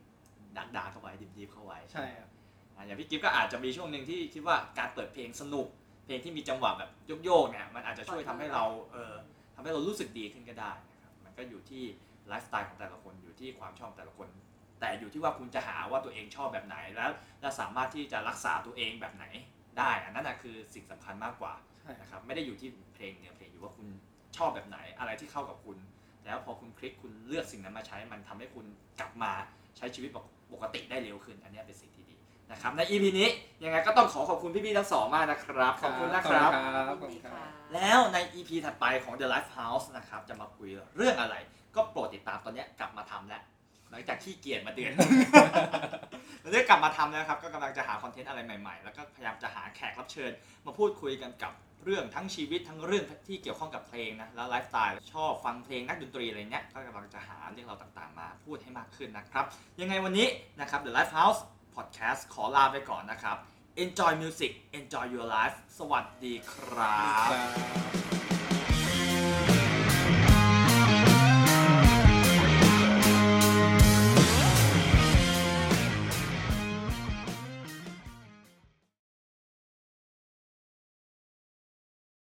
[SPEAKER 1] ดักดาเข้าไว้ดิบๆเข้าไว้
[SPEAKER 2] ใช่ครับ
[SPEAKER 1] อ่ะอย่างพี่กิฟก็อาจจะมีช่วงหนึ่งที่คิดว่าการเปิดเพลงสนุก เพลงที่มีจังหวะแบบโยกๆเนี่ยมันอาจจะช่วยทำให้เราเออทำให้เรารู้สึกดีขึ้นก็ได้นะครับมันก็อยู่ที่ไลฟ์สไตล์ของแต่ละคนอยู่ที่ความชอบแต่ละคน แต่อยู่ที่ว่าคุณจะหาว่าตัวเองชอบแบบไหนแล้วและสามารถที่จะรักษาตัวเองแบบไหนได้อันนั้นนะคือสิ่งสำคัญมากกว่า
[SPEAKER 2] ใช่ครับ
[SPEAKER 1] นะครับไม่ได้อยู่ที่เพลงเนี่ยเพลงอยู่ว่าคุณชอบแบบไหนอะไรที่เข้ากับคุณ แล้วพอคุณคลิกคุณเลือกสิ่งนั้นมาใช้ มันทำให้คุณกลับมาใช้ชีวิตปกติได้เร็วขึ้น อันเนี้ยเป็นสิ่งที่ดีนะครับใน EP นี้ยังไงก็ต้องขอขอบคุณพี่ๆทั้งสองมากนะครับ ขอบคุณนะครับ
[SPEAKER 2] ขอบ
[SPEAKER 3] ยิ
[SPEAKER 2] คุ
[SPEAKER 3] น
[SPEAKER 2] ณ
[SPEAKER 3] ดี
[SPEAKER 2] ครั
[SPEAKER 3] ค่ะ
[SPEAKER 2] บ
[SPEAKER 1] แล้วใน EP ถัดไปของ The Life House นะครับจะมาคุยเรื่องอะไร ก็โปรดติดตามตอนเนี้ยกลับมาทำแล้วหลังจากขี้เกียจมาเดือน แล้วได้กลับมาทำแล้วครับก็กำลังจะหาคอนเทนต์อะไรใหม่ๆ แล้วก็พยายามจะหาแขกรับเชิญ มาพูดคุยกันกับเรื่องทั้งชีวิตทั้งเรื่องที่เกี่ยวข้องกับเพลงนะแล้วไลฟ์สไตล์ชอบฟังเพลงนักดนตรีอะไรเนี้ยก็กำลังจะหาเรื่องเราวต่างๆ มาพูดให้มากขึ้นนะครับ ยังไงวันนี้นะครับ The Life House Podcast ขอลาไปก่อนนะครับ Enjoy music enjoy your life สวัสดีครับ
[SPEAKER 2] ครับ